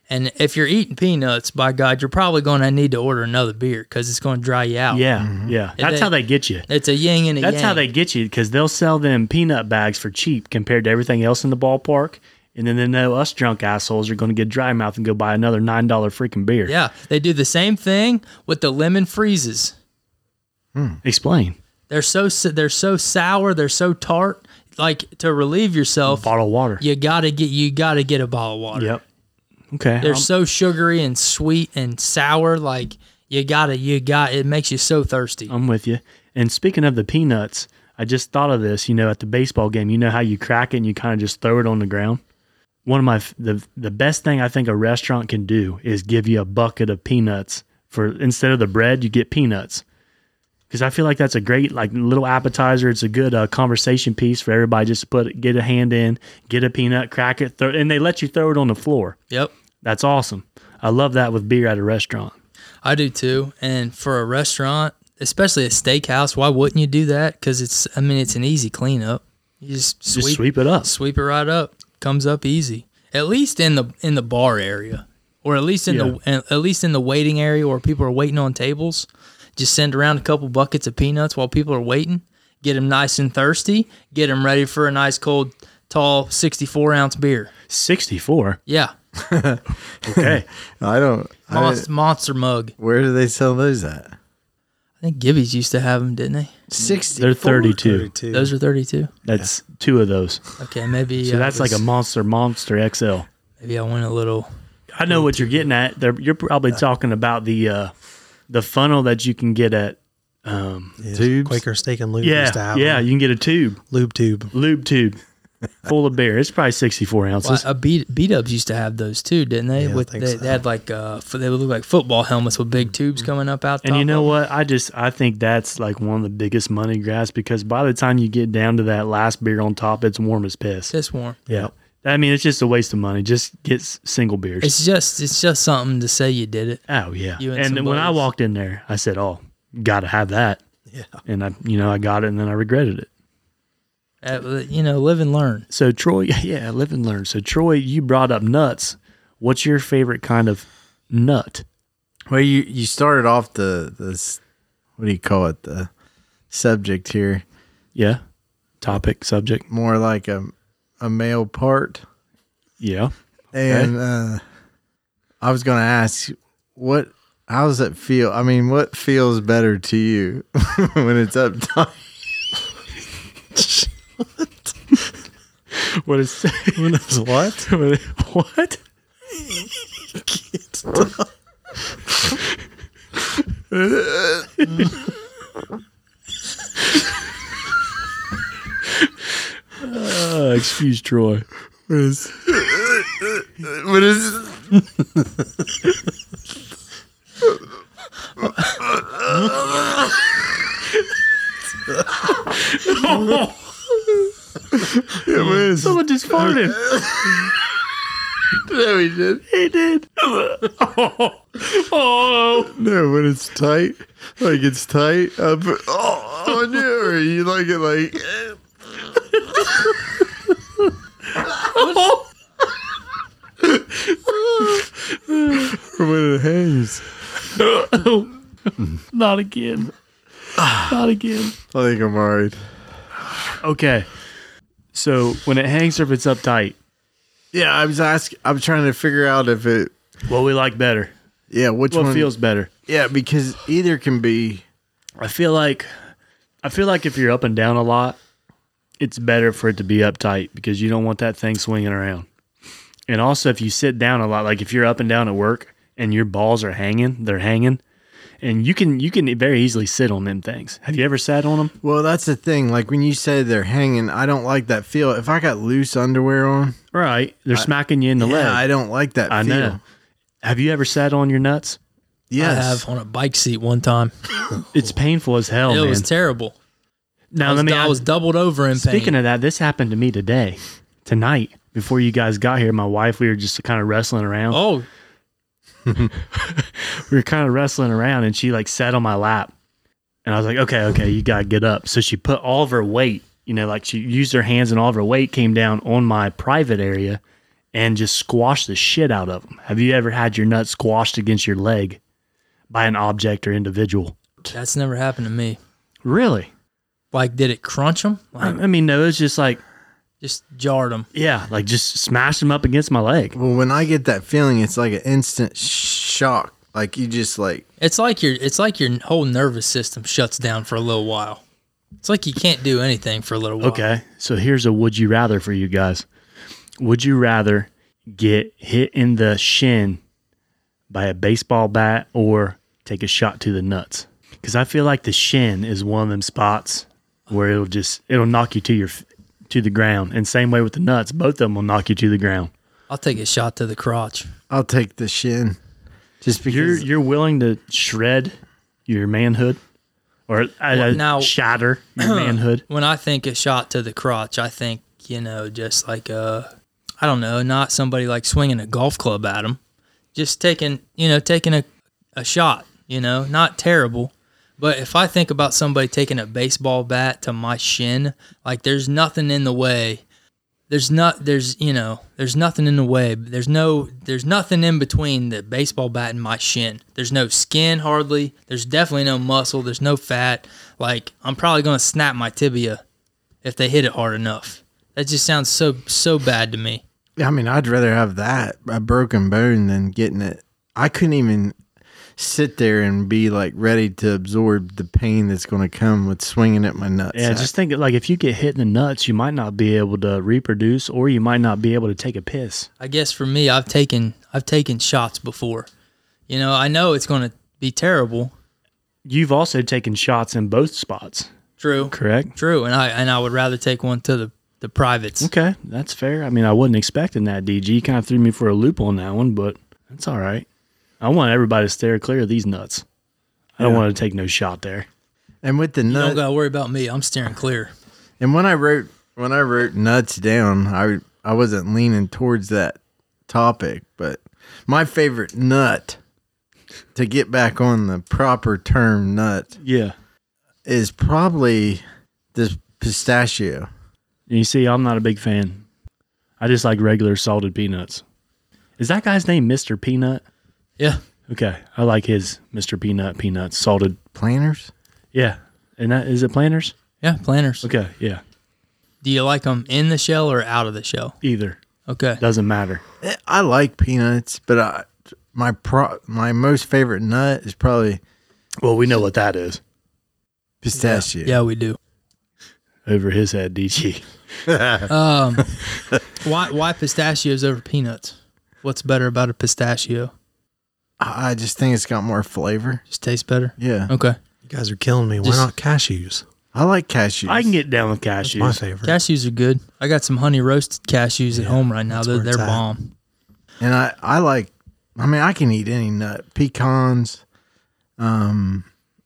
S2: And if you're eating peanuts, by God, you're probably going to need to order another beer because it's going to dry you out.
S1: Yeah. Yeah. That's
S2: they-
S1: how they get you.
S2: It's a yin and a
S1: That's
S2: yang.
S1: how they get you because they'll sell them peanut bags for cheap compared to everything else in the ballpark. And then they know us drunk assholes are going to get dry mouth and go buy another $9 freaking beer.
S2: Yeah, they do the same thing with the lemon freezes.
S1: Explain.
S2: They're so s- they're so sour, they're so tart. Like to relieve yourself,
S1: Bottle of water.
S2: you gotta get you gotta get a bottle of water.
S1: Yep. Okay.
S2: They're
S1: I'm-
S2: so sugary and sweet and sour. Like you gotta you got it makes you so thirsty.
S1: I'm with you. And speaking of the peanuts, I just thought of this. You know, at the baseball game, you know how you crack it and you kind of just throw it on the ground. One of my f- the the best thing I think a restaurant can do is give you a bucket of peanuts for instead of the bread, you get peanuts because I feel like that's a great like little appetizer. It's a good uh, conversation piece for everybody just to put get a hand in, get a peanut, crack it, throw, and they let you throw it on the floor.
S2: Yep.
S1: That's awesome. I love that with beer at a restaurant.
S2: I do too. And for a restaurant, especially a steakhouse, why wouldn't you do that? Because it's, I mean, it's an easy cleanup. You just sweep,
S1: Just sweep it up.
S2: sweep it right up. Comes up easy. At least in the in the bar area, or at least in the at least in the waiting area where people are waiting on tables. Just send around a couple buckets of peanuts while people are waiting. Get them nice and thirsty. Get them ready for a nice cold, tall sixty-four ounce beer.
S1: Sixty four.
S2: Yeah,
S1: Okay.
S3: I don't. I-
S2: monster, monster mug.
S3: where do they sell those at?
S2: I think Gibby's used to have them, didn't they?
S3: Sixty.
S1: They're thirty two.
S2: Those are thirty-two.
S1: That's two of those.
S2: Okay, maybe.
S1: So
S2: I
S1: that's like a
S2: was-
S1: monster monster XL.
S2: maybe I went a little.
S1: I know what you're getting at. They're, you're probably talking about the uh, the funnel that you can get at. Um,
S4: Yes,
S3: Tubes?
S4: Quaker Steak and Lube used to
S1: yeah,
S4: have
S1: yeah.
S4: them.
S1: You can get a tube,
S4: Lube Tube.
S1: lube tube, full of beer. It's probably 64
S2: Well,
S1: ounces.
S2: uh, beat beat ups used to have those too, didn't they?
S4: I
S2: With
S4: think
S2: they,
S4: so.
S2: they had like uh, f- they looked like football helmets with big tubes coming up out.
S1: and
S2: top
S1: you know
S2: of 'em.
S1: what? I just I think that's like one of the biggest money grabs because by the time you get down to that last beer on top, it's warm as piss.
S2: It's warm.
S1: Yeah. I mean, it's just a waste of money. Just get s- single beers.
S2: It's just it's just something to say you did it.
S1: Oh yeah.
S2: You and
S1: and
S2: some
S1: when I
S2: buddies.
S1: walked in there, I said, "Oh, got to have that."
S4: Yeah.
S1: And I, you know, I got it, and then I regretted it.
S2: Uh, you know, live and learn.
S1: So Troy, yeah, live and learn. So Troy, you brought up nuts. What's your favorite kind of nut?
S3: Well, you you started off the this. What do you call it? The subject here
S1: Yeah. Topic, subject.
S3: more like a a male part.
S1: Yeah.
S3: And uh, I was going to ask, what? How does it feel? I mean, what feels better to you when it's up time?
S1: What is
S4: what?
S1: what? Uh, excuse Troy.
S3: What is?
S1: Someone just farted.
S3: No, he did.
S1: he did. oh, oh.
S3: No, when it's tight, like it's tight up. Oh, oh no! Or you like it like? eh, Or when it hangs,
S1: Not again. Not again.
S3: I think I'm alright.
S1: Okay. So when it hangs or if it's uptight,
S3: Yeah, I was asking. I'm trying to figure out if it.
S1: what we like better.
S3: Yeah, which
S1: What
S3: one
S1: feels better.
S3: Yeah, because either can be.
S1: I feel like I feel like if you're up and down a lot, it's better for it to be uptight because you don't want that thing swinging around. And also if you sit down a lot, like if you're up and down at work and your balls are hanging, they're hanging, and you can you can very easily sit on them things. Have you ever sat on them?
S3: Well, that's the thing. Like when you say they're hanging, I don't like that feel. If I got loose underwear on,
S1: Right. They're smacking you in the leg.
S3: yeah, I don't like that
S1: I
S3: feel.
S1: know. Have you ever sat on your nuts?
S3: Yes.
S2: I have on a bike seat one time.
S1: It's painful as hell,
S2: it
S1: Oh, man.
S2: was terrible.
S1: now
S2: I was,
S1: let me
S2: I was doubled over in pain.
S1: Speaking of that, this happened to me today, tonight, before you guys got here. My wife, we were just kind of wrestling around.
S2: oh,
S1: We were kind of wrestling around, and she like sat on my lap, and I was like, "Okay, okay, you gotta get up." So she put all of her weight, you know, like she used her hands, and all of her weight came down on my private area, and just squashed the shit out of them. Have you ever had your nut squashed against your leg by an object or individual?
S2: that's never happened to me.
S1: Really?
S2: Like, did it crunch them?
S1: I,
S2: Like,
S1: I mean, no, it's just like,
S2: just jarred them.
S1: yeah, like just smashed them up against my leg.
S3: Well, when I get that feeling, it's like an instant shock. Like you just like
S2: It's like your it's like your whole nervous system shuts down for a little while. It's like you can't do anything for a little while.
S1: Okay. So here's a would you rather for you guys. Would you rather get hit in the shin by a baseball bat or take a shot to the nuts? Because I feel like the shin is one of them spots where it'll just it'll knock you to your f- to the ground. And same way with the nuts, both of them will knock you to the ground.
S2: I'll take a shot to the crotch.
S3: I'll take the shin, just
S1: You're
S3: because.
S1: you're willing to shred your manhood. or uh,
S2: Well, now-
S1: shatter your manhood.
S2: When I think a shot to the crotch, I think you know just like a, I don't know, not somebody like swinging a golf club at him, just taking you know taking a a shot. You know, not terrible. But if I think about somebody taking a baseball bat to my shin, like there's nothing in the way. There's not there's you know, there's nothing in the way. There's no there's nothing in between the baseball bat and my shin. There's no skin hardly. There's definitely no muscle. There's no fat. Like I'm probably going to snap my tibia if they hit it hard enough. That just sounds so so bad to me.
S3: I mean, I'd rather have that a broken bone than getting it. I couldn't even sit there and be like ready to absorb the pain that's going to come with swinging at my nuts.
S1: Yeah, just think like if you get hit in the nuts, you might not be able to reproduce, or you might not be able to take a piss.
S2: I guess for me, I've taken I've taken shots before. You know, I know it's going to be terrible.
S1: You've also taken shots in both spots,
S2: True.
S1: correct?
S2: True, and I and I would rather take one to the the privates.
S1: Okay, that's fair. I mean, I wasn't expecting that, DG. You kind of threw me for a loop on that one, but that's all right. I want everybody to steer clear of these nuts. I don't want to take no shot there.
S3: and with the
S2: You
S3: nut,
S2: don't gotta worry about me. I'm steering clear.
S3: and when I wrote when I wrote nuts down, I I wasn't leaning towards that topic, but my favorite nut to get back on the proper term nut
S1: Yeah.
S3: is probably this pistachio.
S1: And you see, I'm not a big fan. I just like regular salted peanuts. Is that guy's name Mr. Peanut?
S2: Yeah,
S1: Okay, I like his Mr. Peanut peanuts salted.
S3: Planters?
S1: Yeah, and that is it. Planters.
S2: yeah. Planters.
S1: Okay, yeah.
S2: Do you like them in the shell or out of the shell?
S1: Either
S2: Okay.
S1: doesn't matter.
S3: Eh, I like peanuts, but I my pro my most favorite nut is probably
S1: Well, we know what that is.
S3: pistachio.
S2: Yeah, we do.
S1: Over his head, DG.
S2: Um, why why pistachios over peanuts? What's better about a pistachio?
S3: I I just think it's got more flavor.
S2: Just tastes better.
S3: Yeah,
S2: Okay.
S4: You guys are killing me. Why
S2: Just-
S4: not cashews?
S3: I like cashews.
S1: I can get down with
S4: That's my
S1: cashews.
S4: favorite.
S2: Cashews are good. I got some honey roasted cashews at home right now.
S4: that's
S2: They're,
S4: where
S2: they're
S4: it's at.
S2: bomb.
S3: and I I like. I mean, I can eat any nut: pecans, um,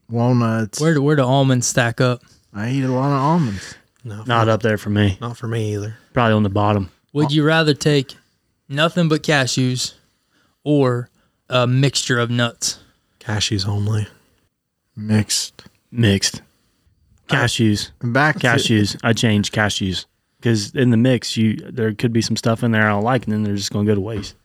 S3: walnuts.
S2: Where do where do almonds stack up?
S3: I eat a lot of almonds.
S4: no, for-
S1: Not up there for me.
S4: not for me either.
S1: Probably on the bottom.
S2: Would you rather take nothing but cashews or a mixture of nuts?
S4: Cashews only.
S3: Mixed
S1: Mixed. Cashews.
S3: back to
S1: cashews. I changed cashews because in the mix, you there could be some stuff in there I don't like, and then they're just gonna go to waste.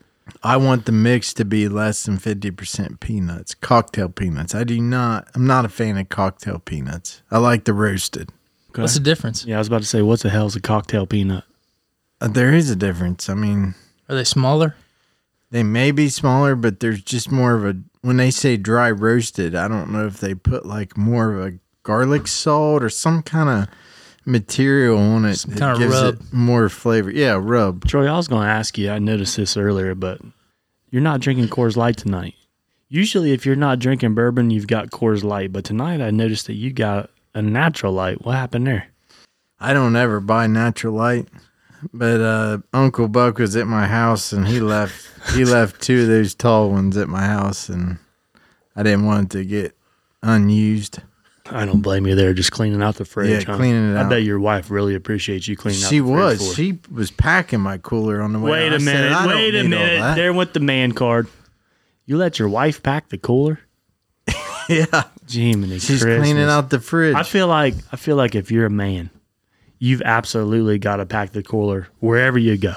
S3: I want the mix to be less than fifty percent peanuts, cocktail peanuts. I do not. I'm not a fan of cocktail peanuts. I like the roasted.
S1: Okay.
S2: What's the difference?
S1: yeah, I was about to say, what the hell is a cocktail peanut?
S3: Uh, there is a difference. I mean,
S2: Are they smaller?
S3: They may be smaller, but there's just more of a when they say dry roasted, I don't know if they put like more of a garlic salt or some kind of material on it
S2: Some
S3: that
S2: kinda
S3: gives
S2: rub.
S3: it more flavor. Yeah, rub.
S1: Troy, I was going to ask you. I noticed this earlier, but you're not drinking Coors Light tonight. Usually, if you're not drinking bourbon, you've got Coors Light, but tonight I noticed that you got a natural light. What happened there?
S3: I don't ever buy natural light. But uh, Uncle Buck was at my house and he left he left two of those tall ones at my house and I didn't want it to get unused.
S1: I don't blame you there. Just cleaning out the fridge.
S3: Yeah,
S1: huh?
S3: cleaning it
S1: I
S3: out.
S1: bet your wife really appreciates you cleaning out.
S3: She
S1: the fridge for
S3: was.
S1: her.
S3: She was packing my cooler on the way.
S1: Wait
S3: out. I
S1: a
S3: said,
S1: minute.
S3: "I don't
S1: Wait a
S3: need all
S1: minute.
S3: that."
S1: There went the man card. You let your wife pack the cooler?
S3: yeah.
S1: Jiminy
S3: She's
S1: Christmas.
S3: cleaning out the fridge.
S1: I feel like I feel like if you're a man, you've absolutely got to pack the cooler wherever you go.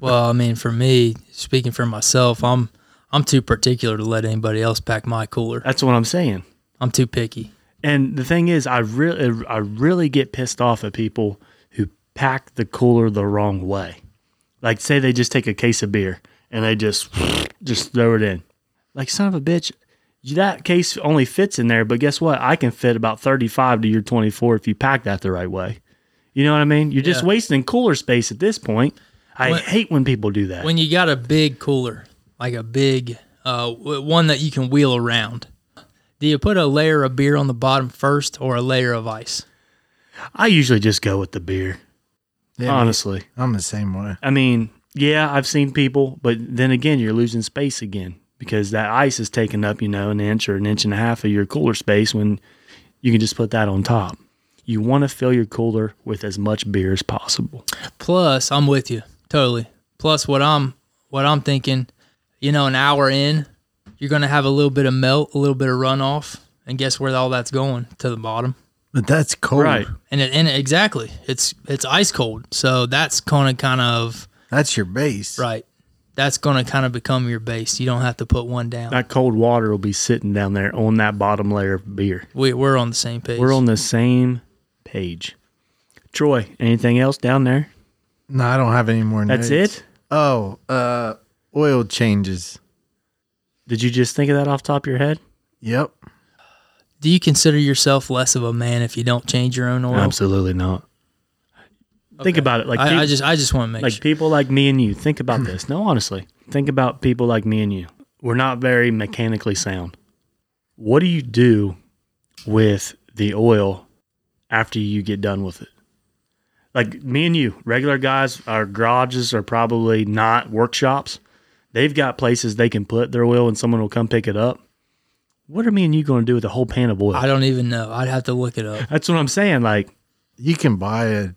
S2: Well, I mean, for me, speaking for myself, I'm I'm too particular to let anybody else pack my cooler.
S1: That's what I'm saying.
S2: I'm too picky.
S1: And the thing is, I really, I really get pissed off at people who pack the cooler the wrong way. Like, say they just take a case of beer and they just, just throw it in. Like, son of a bitch, you- that case only fits in there. But guess what? I can fit about thirty-five to your twenty-four if you pack that the right way. You know what I mean? You're just
S2: Yeah.
S1: wasting cooler space at this point. I
S2: When-
S1: hate when people do that.
S2: When you got a big cooler, like a big uh, w- one that you can wheel around, do you put a layer of beer on the bottom first or a layer of ice?
S1: I usually just go with the beer.
S3: Yeah,
S1: honestly,
S3: I'm the same way.
S1: I mean, yeah, I've seen people, but then again, you're losing space again because that ice is taking up, you know, an inch or an inch and a half of your cooler space when You can just put that on top. You want to fill your cooler with as much beer as possible.
S2: Plus, I'm with you totally. Plus, what I'm what I'm thinking, you know, an hour in, you're gonna have a little bit of melt, a little bit of runoff, and guess where all that's going to the bottom.
S3: But that's cold.
S1: Right.
S2: And it, and it- exactly, it's it's ice cold, so that's gonna kind of
S3: That's your base.
S2: right. That's gonna kind of become your base. You don't have to put one down.
S1: That cold water will be sitting down there on that bottom layer of beer.
S2: we we're on the same page.
S1: We're on the same page. Troy, anything else down there?
S3: No, I don't have any more.
S1: That's
S3: notes.
S1: it?
S3: Oh, uh, oil changes.
S1: Did you just think of that off the top of your head?
S3: Yep.
S2: Do you consider yourself less of a man if you don't change your own oil?
S1: Absolutely not. Think about it. Like,
S2: I,
S1: peop-
S2: I just I just want to make
S1: like
S2: sure.
S1: people like me and you. Think about this. No, honestly, think about people like me and you. We're not very mechanically sound. What do you do with the oil after you get done with it? Like me and you, regular guys, our garages are probably not workshops. They've got places they can put their oil and someone will come pick it up. What are me and you going to do with a whole pan of oil?
S2: I don't even know. I'd have to look it up.
S1: That's what I'm saying. Like,
S3: You can buy a,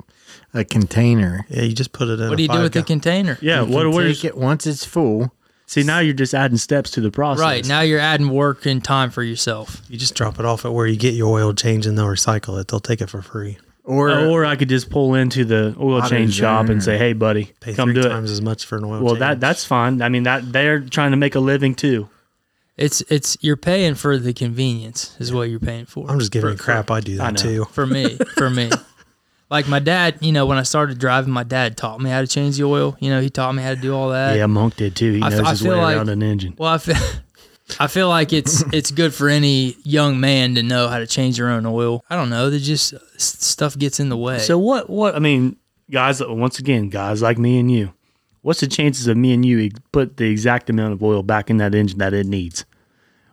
S3: a container.
S4: Yeah, you just put it in.
S2: What do you do with the container?
S1: yeah,
S3: You
S1: what,
S3: can
S1: what
S3: take
S1: is,
S3: it once it's full.
S1: see, now you're just adding steps to the process.
S2: Right now, you're adding work and time for yourself.
S4: You just drop it off at where you get your oil change and they'll recycle it. They'll take it for free.
S3: Or,
S1: or I could just pull into the oil
S3: Auto
S1: change shop
S3: zone.
S1: and say, "Hey, buddy,
S4: Pay
S1: come do
S4: three
S1: it."
S4: times as much for an oil
S1: Well,
S4: change.
S1: that that's fine. I mean, that they're trying to make a living too.
S2: It's it's you're paying for the convenience is what you're paying for.
S4: I'm just giving
S2: for,
S4: you crap. I do that
S1: know.
S4: too.
S2: for, for me for me. Like my dad, you know, when I started driving, my dad taught me how to change the oil. You know, he taught me how to do all that.
S1: yeah, Monk did too. He
S2: I f-
S1: knows
S2: I
S1: his
S2: feel
S1: way
S2: like-
S1: around an engine.
S2: Well, I feel, I feel like it's it's good for any young man to know how to change their own oil. I don't know. They just s- stuff gets in the way.
S1: So what? What I mean, guys. Once again, guys like me and you. What's the chances of me and you ex- put the exact amount of oil back in that engine that it needs?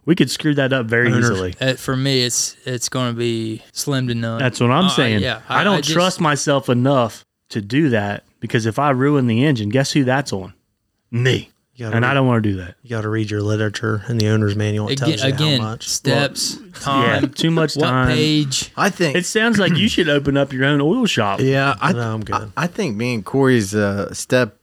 S1: We could screw that up very
S4: Owner.
S1: easily.
S2: Uh, for me, it's it's going to be slim to none.
S1: That's what I'm
S2: Uh,
S1: saying.
S2: yeah,
S1: I,
S2: I-
S1: don't
S2: I just-
S1: trust myself enough to do that because if I ruin the engine, guess who that's on? Me.
S4: You gotta,
S1: And
S4: read,
S1: I don't want to do that.
S4: you gotta read your literature and the owner's manual. It
S2: again,
S4: tells you
S2: again
S4: how much.
S2: steps, time,
S1: yeah, too much
S2: what
S1: time.
S2: page.
S3: I think.
S1: It sounds like you should open up your own oil shop.
S3: yeah, I,
S4: No, I'm good.
S3: I, I think me and Corey's a step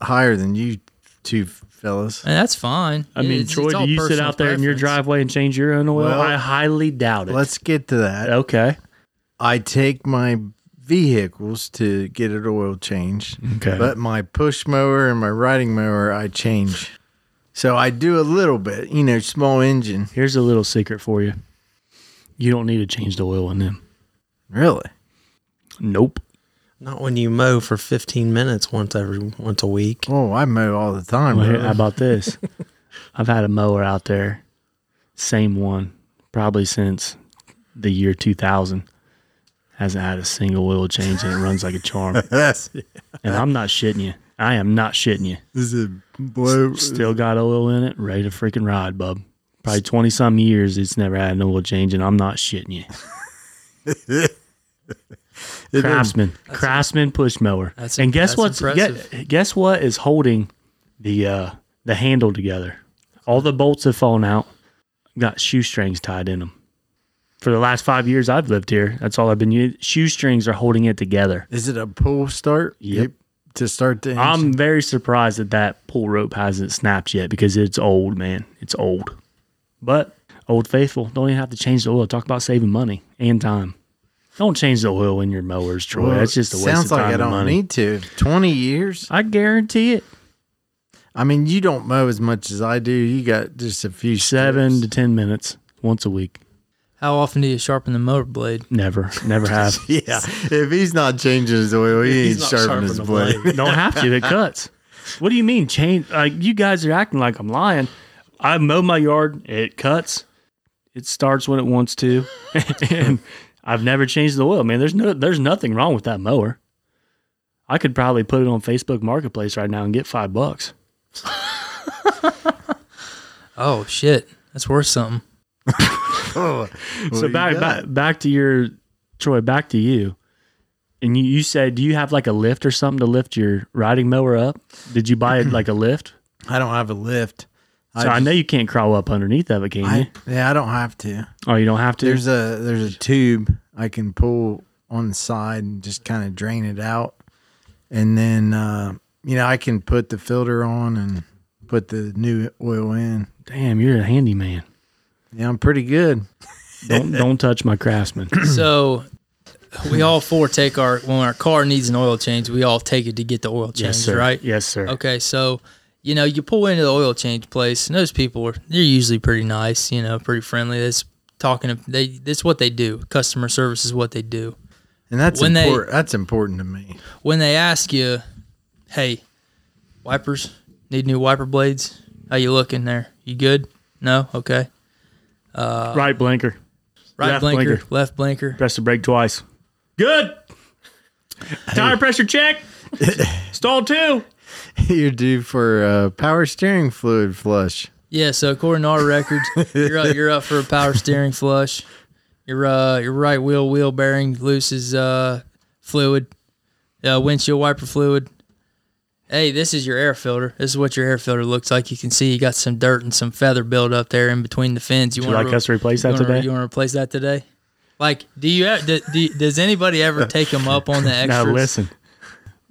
S3: higher than you two fellas.
S2: And that's fine.
S1: I mean,
S2: It's- it's
S1: Troy,
S2: all
S1: do you sit
S2: personal
S1: out there in your
S2: preference.
S1: driveway and change your own oil?
S3: Well,
S1: I highly doubt it.
S3: Let's get to that.
S1: okay.
S3: I take my vehicles to get an oil change,
S1: Okay.
S3: but my push mower and my riding mower I change. So I do a little bit, you know, small engine.
S1: Here's a little secret for you. You don't need to change the oil in them.
S3: Really?
S1: Nope.
S4: Not when you mow for 15 minutes once every once a week.
S3: Oh, I mow all the time.
S1: Well, here-
S3: bro.
S1: how about this? I've had a mower out there, same one, probably since the year 2000. Hasn't had a single oil change and it runs like a charm.
S3: That's
S1: And I'm not shitting you. I am not shitting you.
S3: is it blow.
S1: Still got oil in it, ready to freaking ride, bub. Probably twenty some years it's never had an oil change, and I'm not shitting you.
S3: It is-
S1: Craftsman, Craftsman push mower,
S2: That's-
S1: and guess
S2: that's
S1: what's
S2: impressive.
S1: guess, guess what is holding the uh, the handle together? All the bolts have fallen out. Got shoestrings tied in them. For the last five years I've lived here, that's all I've been using. Shoestrings are holding it together.
S3: is it a pull start?
S1: Yep.
S3: To start the engine.
S1: I'm very surprised that that pull rope hasn't snapped yet because it's old, man. It's old. But old faithful, don't even have to change the oil. Talk about saving money and time. Don't change the oil in your mowers, Troy.
S3: Well,
S1: That's just a waste
S3: sounds
S1: of
S3: like
S1: time
S3: I
S1: and
S3: don't
S1: money.
S3: need to. Twenty years.
S1: I guarantee it.
S3: I mean, you don't mow as much as I do. You got just a few
S1: Seven
S3: steps.
S1: to ten minutes once a week.
S2: How often do you sharpen the motor blade?
S1: Never, never have.
S3: Yeah, if he's not changing his oil, he ain't sharpening his blade.
S1: don't have to. It cuts. What do you mean change? Like you guys are acting like I'm lying. I mow my yard. It cuts. It starts when it wants to, and I've never changed the oil. Man, there's no, there's nothing wrong with that mower. I could probably put it on Facebook Marketplace right now and get five bucks.
S2: Oh shit, that's worth something.
S3: Oh,
S1: so back, back back to your Troy. Back to you. And you, you said, do you have like a lift or something to lift your riding mower up? Did you buy it like a lift?
S3: I don't have a lift.
S1: So I, know you can't crawl up underneath of it, can you?
S3: I, yeah, I don't have to.
S1: Oh, you don't have to.
S3: There's a there's a tube I can pull on the side and just kind of drain it out, and then uh, you know I can put the filter on and put the new oil in.
S1: Damn, you're a handyman.
S3: Yeah, I'm pretty good.
S1: Don't don't touch my craftsman.
S2: so we all four take our when our car needs an oil change, we all take it to get the oil change,
S1: yes, sir.
S2: right?
S1: Yes, sir.
S2: Okay, so you know you pull into the oil change place, and those people are they're usually pretty nice, you know, pretty friendly. That's talking to they. That's what they do. Customer service is what they do.
S3: And that's
S2: When they-
S3: important. that's important to me.
S2: When they ask you, "Hey, wipers need new wiper blades? How you looking there? You good? No, okay.
S1: right blinker.
S2: Right
S1: Left
S2: blinker,
S1: blinker.
S2: left blinker.
S1: Press the brake twice. Good. Tire pressure check. Stall two.
S3: You're due for uh, power steering fluid flush.
S2: Yeah, so according to our records, you're up, you're up for a power steering flush. Your uh, your right wheel wheel bearing looses uh, fluid, uh, windshield wiper fluid. Hey, this is your air filter. This is what your air filter looks like. You can see you got some dirt and some feather build up there in between the fins. You
S1: Would you
S2: want
S1: like us to replace
S2: you
S1: that
S2: wanna,
S1: today?
S2: You want to replace that today? Like, do you have, do, do, does anybody ever take them up on the
S1: Now
S2: extras?
S1: listen.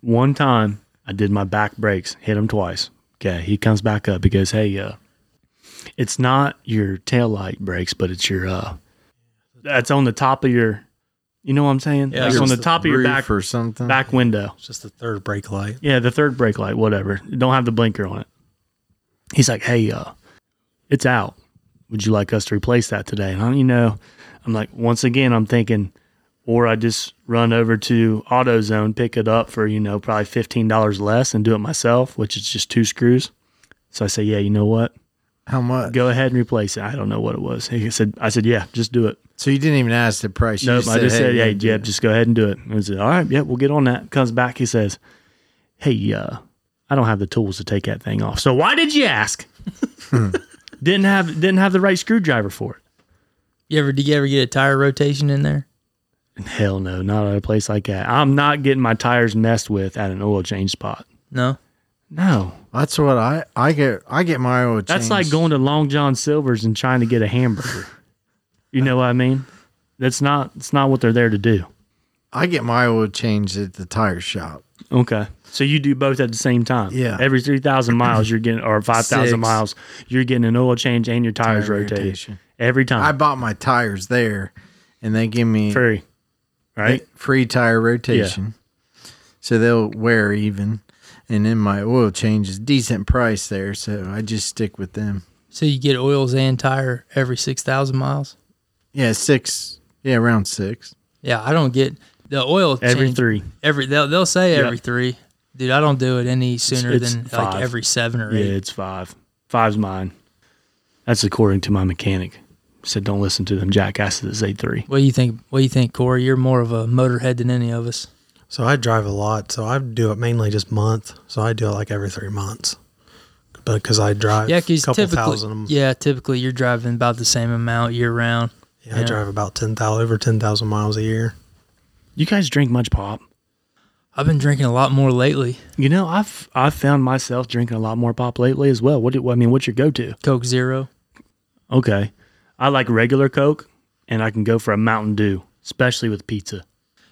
S1: One time I did my back brakes, hit him twice. Okay, he comes back up. He goes, "Hey, uh, it's not your tail light brakes, but it's your uh, that's on the top of your, you know what I'm saying?
S4: Yeah,
S1: that's
S4: it's
S1: on the
S4: the
S1: top of your
S3: Roof
S1: back
S3: or something.
S1: back window.
S4: It's just the third brake light.
S1: Yeah, the third brake light, whatever. It Don't have the blinker on it. He's like, "Hey, uh, it's out. Would you like us to replace that today?" And I'm, you know, I'm like, once again, I'm thinking, or I just run over to AutoZone, pick it up for you know probably fifteen dollars less, and do it myself, which is just two screws. So I say, "Yeah, you know what?
S3: How much?
S1: Go ahead and replace it." I don't know what it was. He said, "I said, yeah, just do it."
S3: So you didn't even ask the price. You
S1: Nope. I just said, hey,
S3: you
S1: Jeb, just go ahead and do it. And I said, all right, yeah, we'll get on that. Comes back, he says, hey, uh, I don't have the tools to take that thing off. So why did you ask? Hmm. didn't have didn't have the right screwdriver for it.
S2: You ever, did you ever get a tire rotation in there?
S1: Hell no, not at a place like that. I'm not getting my tires messed with at an oil change spot.
S2: No.
S1: No,
S3: That's what I I get. I get my oil.
S1: that's
S3: changed.
S1: like going to Long John Silver's and trying to get a hamburger. you know what I mean? That's not it's not what they're there to do.
S3: I get my oil changed at the tire shop.
S1: Okay. So you do both at the same time.
S3: Yeah.
S1: Every 3,000 miles, you're getting, or 5,000
S3: Six.
S1: miles, you're getting an oil change and your tires
S3: Tire
S1: rotated.
S3: rotation.
S1: Every
S3: I
S1: time.
S3: bought my tires there, and they give me
S1: Free. Right?
S3: free tire rotation, so they'll wear even. And then my oil change is decent price there, so I just stick with them.
S2: So you get oils and tire every 6,000 miles?
S3: Yeah, six. Yeah, around six.
S2: Yeah, I don't get the oil
S1: Every
S2: change-
S1: three.
S2: Every they'll, they'll say
S1: Yep.
S2: every three, dude. I don't do it any sooner
S1: it's
S2: than
S1: five.
S2: like every seven or
S1: Yeah,
S2: eight.
S1: it's five. Five's mine. That's according to my mechanic. Said don't listen to them jackasses that say three.
S2: What do you think? What do you think, Corey? You're more of a motorhead than any of us.
S4: So I drive a lot. So I do it mainly just month. So I do it like every three months, but because I drive
S2: Yeah,
S4: a
S2: because
S4: couple
S2: typically,
S4: thousand. a-
S2: yeah, typically you're driving about the same amount year round.
S4: yeah, I
S2: yeah.
S4: drive about ten thousand over ten thousand miles a year.
S1: You guys drink much pop?
S2: I've been drinking a lot more lately.
S1: You know, I've I've found myself drinking a lot more pop lately as well. What do I mean? What's your go to?
S2: Coke Zero.
S1: Okay, I like regular Coke, and I can go for a Mountain Dew, especially with pizza.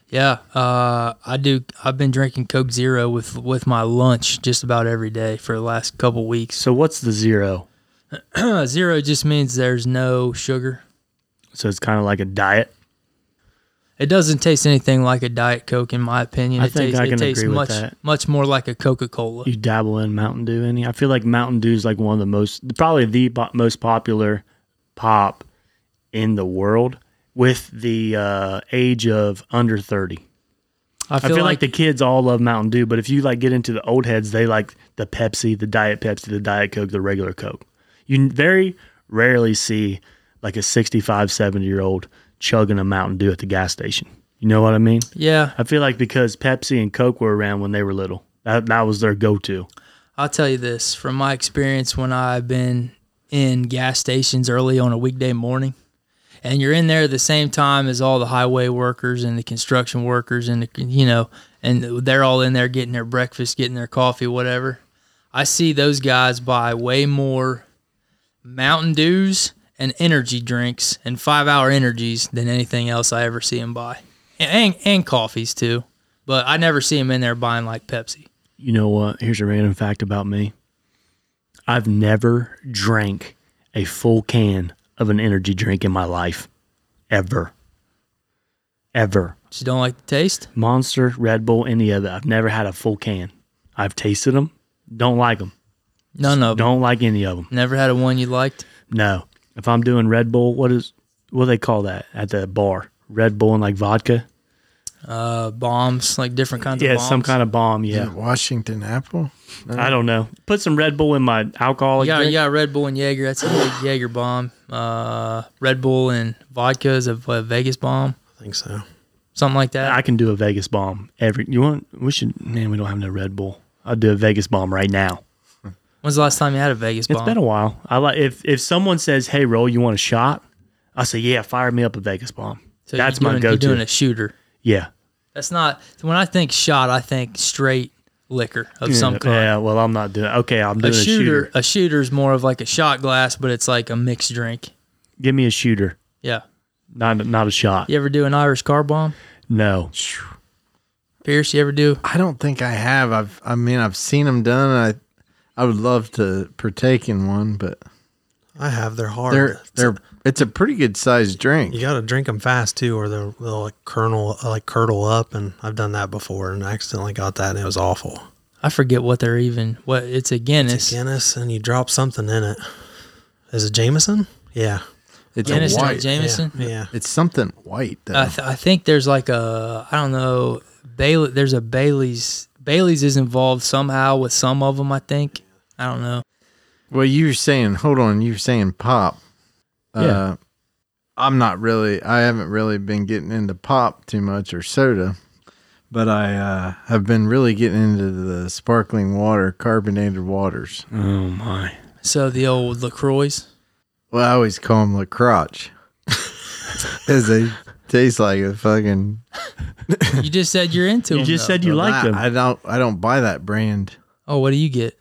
S2: Yeah, uh, I do. I've been drinking Coke Zero with with my lunch just about every day for the last couple weeks.
S1: So what's the zero?
S2: Zero just means there's no sugar.
S1: So it's kind of like a diet.
S2: It doesn't taste anything like a diet coke, in my opinion.
S1: I
S2: it
S1: think
S2: tastes,
S1: I
S2: it
S1: can
S2: tastes
S1: agree with
S2: much,
S1: that.
S2: much more like a Coca Cola.
S1: You dabble in Mountain Dew any? I feel like Mountain Dew is like one of the most, probably the po- most popular pop in the world with the uh, age of under 30.
S2: I
S1: I feel like, the kids all love Mountain Dew, but if you like get into the old heads, they like the Pepsi, the Diet Pepsi, the Diet Coke, the regular Coke. You n- very rarely see like a 65, 70 year old chugging a Mountain Dew at the gas station. You know what I mean?
S2: yeah,
S1: I feel like because Pepsi and Coke were around when they were little, that, that was their go to.
S2: I'll tell you this from my experience when I've been in gas stations early on a weekday morning, and you're in there at the same time as all the highway workers and the construction workers, and the, you know, and they're all in there getting their breakfast, getting their coffee, whatever. I see those guys buy way more Mountain Dews and energy drinks and five hour energies than anything else I ever see him buy. And, and, and coffees too. But I never see him in there buying like Pepsi.
S1: You know what? Here's a random fact about me. I've never drank a full can of an energy drink in my life. Ever. Ever.
S2: Just don't like the taste.
S1: Monster, Red Bull, any other. I've never had a full can. I've tasted them. Don't like them.
S2: None of them.
S1: Don't like any of them.
S2: Never had a one you liked.
S1: No. If I'm doing Red Bull, what is what do they call that at the bar? Red Bull and like vodka?
S2: Uh, bombs, like different kinds
S1: yeah,
S2: of bombs.
S1: some kind of bomb.
S3: Is
S1: Yeah.
S3: it Washington apple.
S1: I don't know. Put some Red Bull in my alcoholic
S2: Yeah,
S1: drink.
S2: yeah, Red Bull and Jaeger. That's a big Jaeger bomb. Uh, Red Bull and vodka is a, a Vegas bomb,
S4: I think so.
S2: something like that.
S1: I can do a Vegas bomb every. You want? We should. Man, we don't have no Red Bull. I'll do a Vegas bomb right now.
S2: When's the last time you had a Vegas
S1: It's
S2: bomb?
S1: been a while. I like if if someone says, "Hey, roll, you want a shot?" I say, "Yeah, fire me up a Vegas bomb."
S2: So
S1: That's
S2: you're
S1: my
S2: doing- You're
S1: go-to.
S2: doing a shooter.
S1: yeah.
S2: That's not when I think shot. I think straight liquor of some
S1: yeah,
S2: kind.
S1: Yeah. Well, I'm not doing. Okay, I'm
S2: a
S1: doing a shooter.
S2: shooter, a shooter's more of like a shot glass, but it's like a mixed drink.
S1: Give me a shooter,
S2: Yeah.
S1: not not a shot.
S2: You ever do an Irish car bomb?
S1: No.
S2: Pierce, you ever do?
S3: I don't think I have. I've. I mean, I've seen them done. I. I would love to partake in one, but
S4: I have. They're hard.
S3: they're they're. It's a pretty good sized drink.
S4: you got to drink them fast too, or they'll, they'll like kernel like curdle up. And I've done that before, and I accidentally got that, and it was awful.
S2: I forget what they're even. What it's a Guinness.
S4: Guinness, and you drop something in it. Is it Jameson? Yeah,
S3: It's
S2: Guinness,
S3: a
S2: not Uh,
S3: white.
S2: Jameson.
S4: Yeah, yeah.
S3: It's something white though.
S2: I, th- I think there's like a I don't know Bailey. There's a Bailey's. Bailey's is involved somehow with some of them. I think. I don't know.
S3: well, you were saying. Hold on. You were saying pop. Uh,
S1: Yeah.
S3: I'm not really. I haven't really been getting into pop too much or soda, but I uh, have been really getting into the sparkling water, carbonated waters.
S1: Oh my.
S2: So the old Lacroix.
S3: Well, I always call them lacroche. As they taste like a fucking.
S2: You just said you're into.
S1: You
S2: them,
S1: just
S2: though.
S1: said you like
S3: I,
S1: them.
S3: I don't. I don't buy that brand.
S2: Oh, what do you get?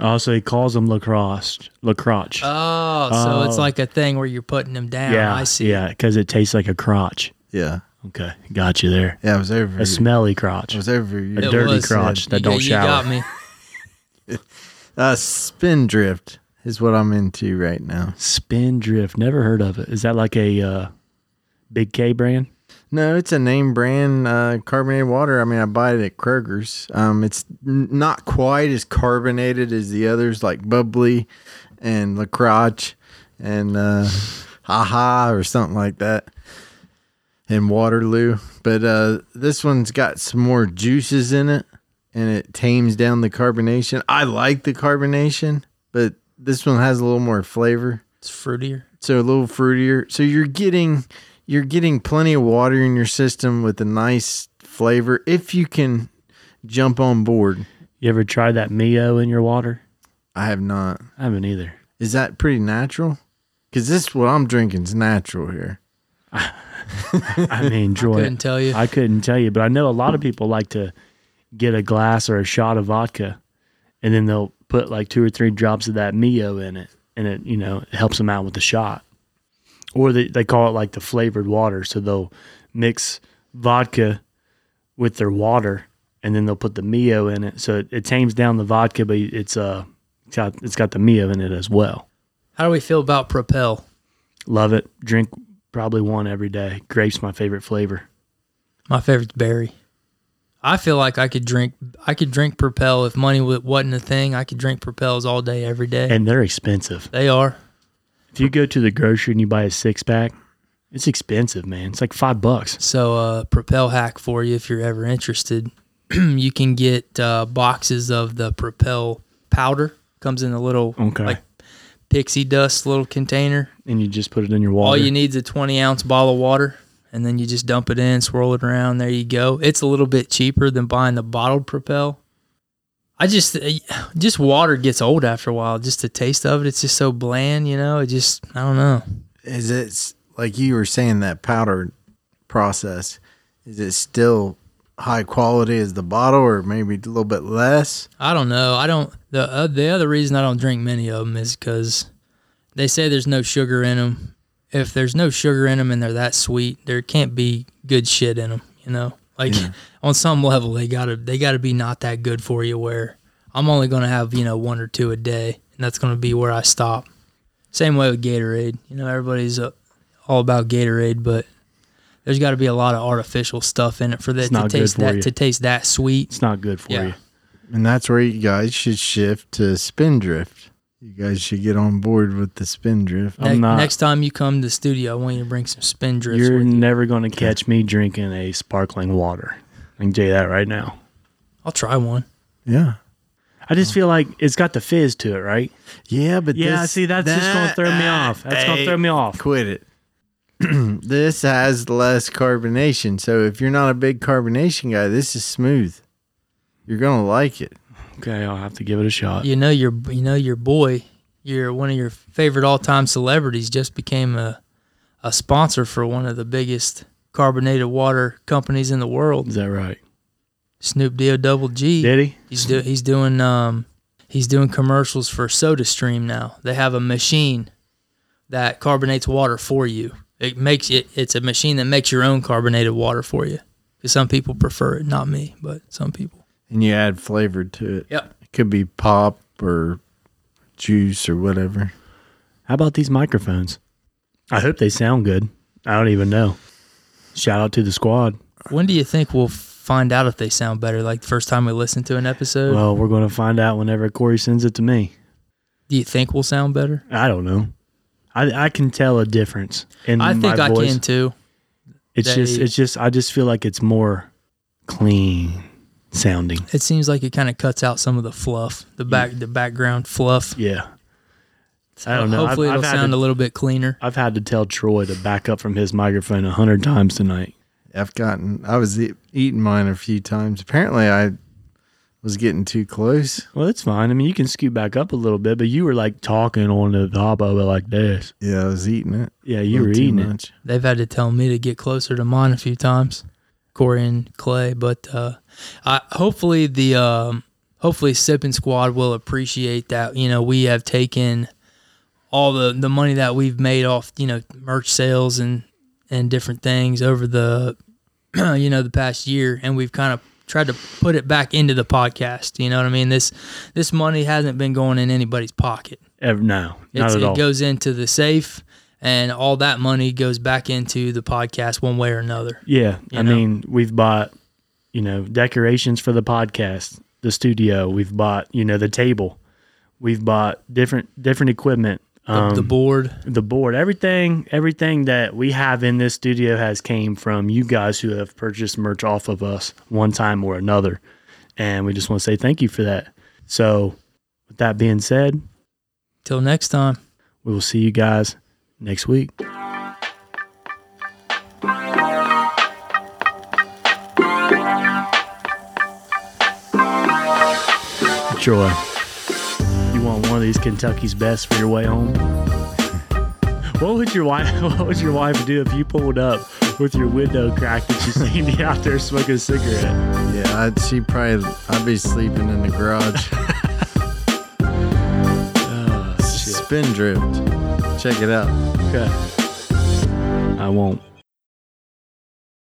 S1: Also, he calls them lacrosse. Lacrosse.
S2: Oh, so it's
S1: Oh.
S2: like a thing where you're putting them down.
S1: yeah,
S2: I see.
S1: Yeah, because it tastes like a crotch.
S3: Yeah,
S1: Okay, got you there.
S3: yeah. I was over.
S1: A smelly crotch.
S3: I was over. You.
S1: A
S2: It
S1: dirty
S2: was.
S1: crotch that
S2: You
S1: don't
S2: got- You got
S1: shower.
S2: me.
S3: Uh, spin drift is what I'm into right now.
S1: Spin drift. Never heard of it. Is that like a uh, big K brand?
S3: No, it's a name brand uh, carbonated water. I mean, I buy it at Kroger's. Um, it's n- not quite as carbonated as the others, like bubbly and lacroche and uh, haha or something like that, and Waterloo. But uh, this one's got some more juices in it, and it tames down the carbonation. I like the carbonation, but this one has a little more flavor
S2: It's fruitier.
S3: so a little fruitier. So you're getting you're getting plenty of water in your system with a nice flavor if you can jump on board.
S1: You ever tried that Mio in your water?
S3: I have not.
S1: I haven't either.
S3: Is that pretty natural? Because this what I'm drinking is natural here.
S1: I mean, Joy,
S2: Couldn't tell you.
S1: I couldn't tell you, but I know a lot of people like to get a glass or a shot of vodka, and then they'll put like two or three drops of that Mio in it, and it you know it helps them out with the shot. Or they they call it like the flavored water, so they'll mix vodka with their water, and then they'll put the Mio in it, so it, it tames down the vodka, but it's uh it's got, it's got the Mio in it as well.
S2: How do we feel about Propel?
S1: Love it. Drink probably one every day. Grapes my favorite flavor.
S2: My favorite's berry. I feel like I could drink. I could drink Propel if money wa- wasn't a thing. I could drink Propels all day, every day.
S1: And they're expensive.
S2: they are.
S1: If you go to the grocery and you buy a six pack, it's expensive, man. It's like five bucks.
S2: So, uh, Propel hack for you if you're ever interested. you can get uh, boxes of the Propel powder. Comes in a little
S1: Okay.
S2: like pixie dust little container.
S1: And you just put it in your water.
S2: All you need's a 20 ounce bottle of water, and then you just dump it in, swirl it around. There you go. It's a little bit cheaper than buying the bottled Propel. I just, uh, just water gets old after a while. Just the taste of it, it's just so bland, you know. It just, I don't know.
S3: Is it s- like you were saying that powder process? Is it still high quality as the bottle, or maybe a little bit less?
S2: I don't know. I don't. The uh, the other reason I don't drink many of them is because They say there's no sugar in them. If there's no sugar in them and they're that sweet, there can't be good shit in them. You know, like on some level, they gotta they gotta be not that good for you. Where I'm only gonna have you know one or two a day, and that's gonna be where I stop. Same way with Gatorade. You know, everybody's uh, all about Gatorade, but there's got to be a lot of artificial stuff in it for that
S1: It's
S2: to
S1: not good
S2: taste
S1: for
S2: that
S1: you.
S2: to taste that sweet.
S1: It's not good for
S2: Yeah.
S1: you.
S3: And that's where you guys should shift to spindrift. You guys should get on board with the spindrift.
S1: I'm
S2: Ne-
S1: not-
S2: Next time you come to the studio, I want you to bring some spin drifts.
S1: You're
S2: with you.
S1: never going to catch me drinking a sparkling water. I can tell you that right now.
S2: I'll try one.
S3: Yeah.
S1: I just feel like it's got the fizz to it, right?
S3: Yeah, but
S1: Yeah,
S3: this-
S1: see, that's just gonna
S3: that-
S1: throw me off. That's gonna
S3: hey,
S1: throw me off.
S3: Quit it. this has less carbonation, so if you're not a big carbonation guy, this is smooth. You're gonna like it.
S1: Okay, I'll have to give it a shot.
S2: You know your you know your boy, your one of your favorite all time celebrities just became a a sponsor for one of the biggest carbonated water companies in the world.
S1: Is that right?
S2: Snoop D O Double G.
S1: Did he?
S2: He's do, he's doing um he's doing commercials for SodaStream now. They have a machine that carbonates water for you. It makes it it's a machine that makes your own carbonated water for you. 'Cause some people prefer it, not me, but some people.
S3: And you add flavor to it.
S2: Yep.
S3: It could be pop or juice or whatever.
S1: How about these microphones? I hope they sound good. I don't even know. Shout out to the squad.
S2: When do you think we'll find out if they sound better? Like the first time we listen to an episode,
S1: Well, we're going to find out whenever Corey sends it to me.
S2: do you think we'll sound better?
S1: I don't know. I, I can tell a difference in
S2: I think
S1: my
S2: I
S1: voice.
S2: can too.
S1: It's just
S2: They-
S1: it's just I just feel like it's more clean sounding.
S2: It seems like it kind of cuts out some of the fluff, the back the background fluff.
S1: Yeah. I don't know. I've-
S2: Hopefully,
S1: I've
S2: it'll
S1: had
S2: sound
S1: to-
S2: a little bit cleaner.
S1: I've had to tell Troy to back up from his microphone a hundred times tonight.
S3: I've gotten. I was e- eating mine a few times. Apparently, I was getting too close.
S1: Well, that's fine. I mean, you can scoot back up a little bit, but you were like talking on the top of it like this.
S3: Yeah, I was eating it.
S1: Yeah, you were eating it.
S2: They've had to tell me to get closer to mine a few times, Corey and Clay. But uh, I hopefully the um, hopefully Sipping Squad will appreciate that. You know, we have taken all the the money that we've made off you know merch sales and and different things over the you know the past year, and we've kind of tried to put it back into the podcast. You know what I mean? This this money hasn't been going in anybody's pocket.
S1: Ev- no,
S2: It's,
S1: not at
S2: it
S1: all.
S2: goes into the safe, and all that money goes back into the podcast one way or another.
S1: yeah,
S2: you
S1: I
S2: know.
S1: mean, we've bought, you know, decorations for the podcast, the studio. We've bought, you know, the table. We've bought different different equipment. um,
S2: The, the board,
S1: the board everything everything that we have in this studio has came from you guys who have purchased merch off of us one time or another and we just want to say thank you for that so with that being said
S2: till next time.
S1: we will see you guys next week troy you want one of these kentucky's best for your way home what would your wife what would your wife do if you pulled up with your window cracked and she seen you out there smoking a cigarette
S3: Yeah, I'd, she probably. I'd be sleeping in the garage.
S1: oh shit
S3: Spindrift. Check it out.
S1: okay i won't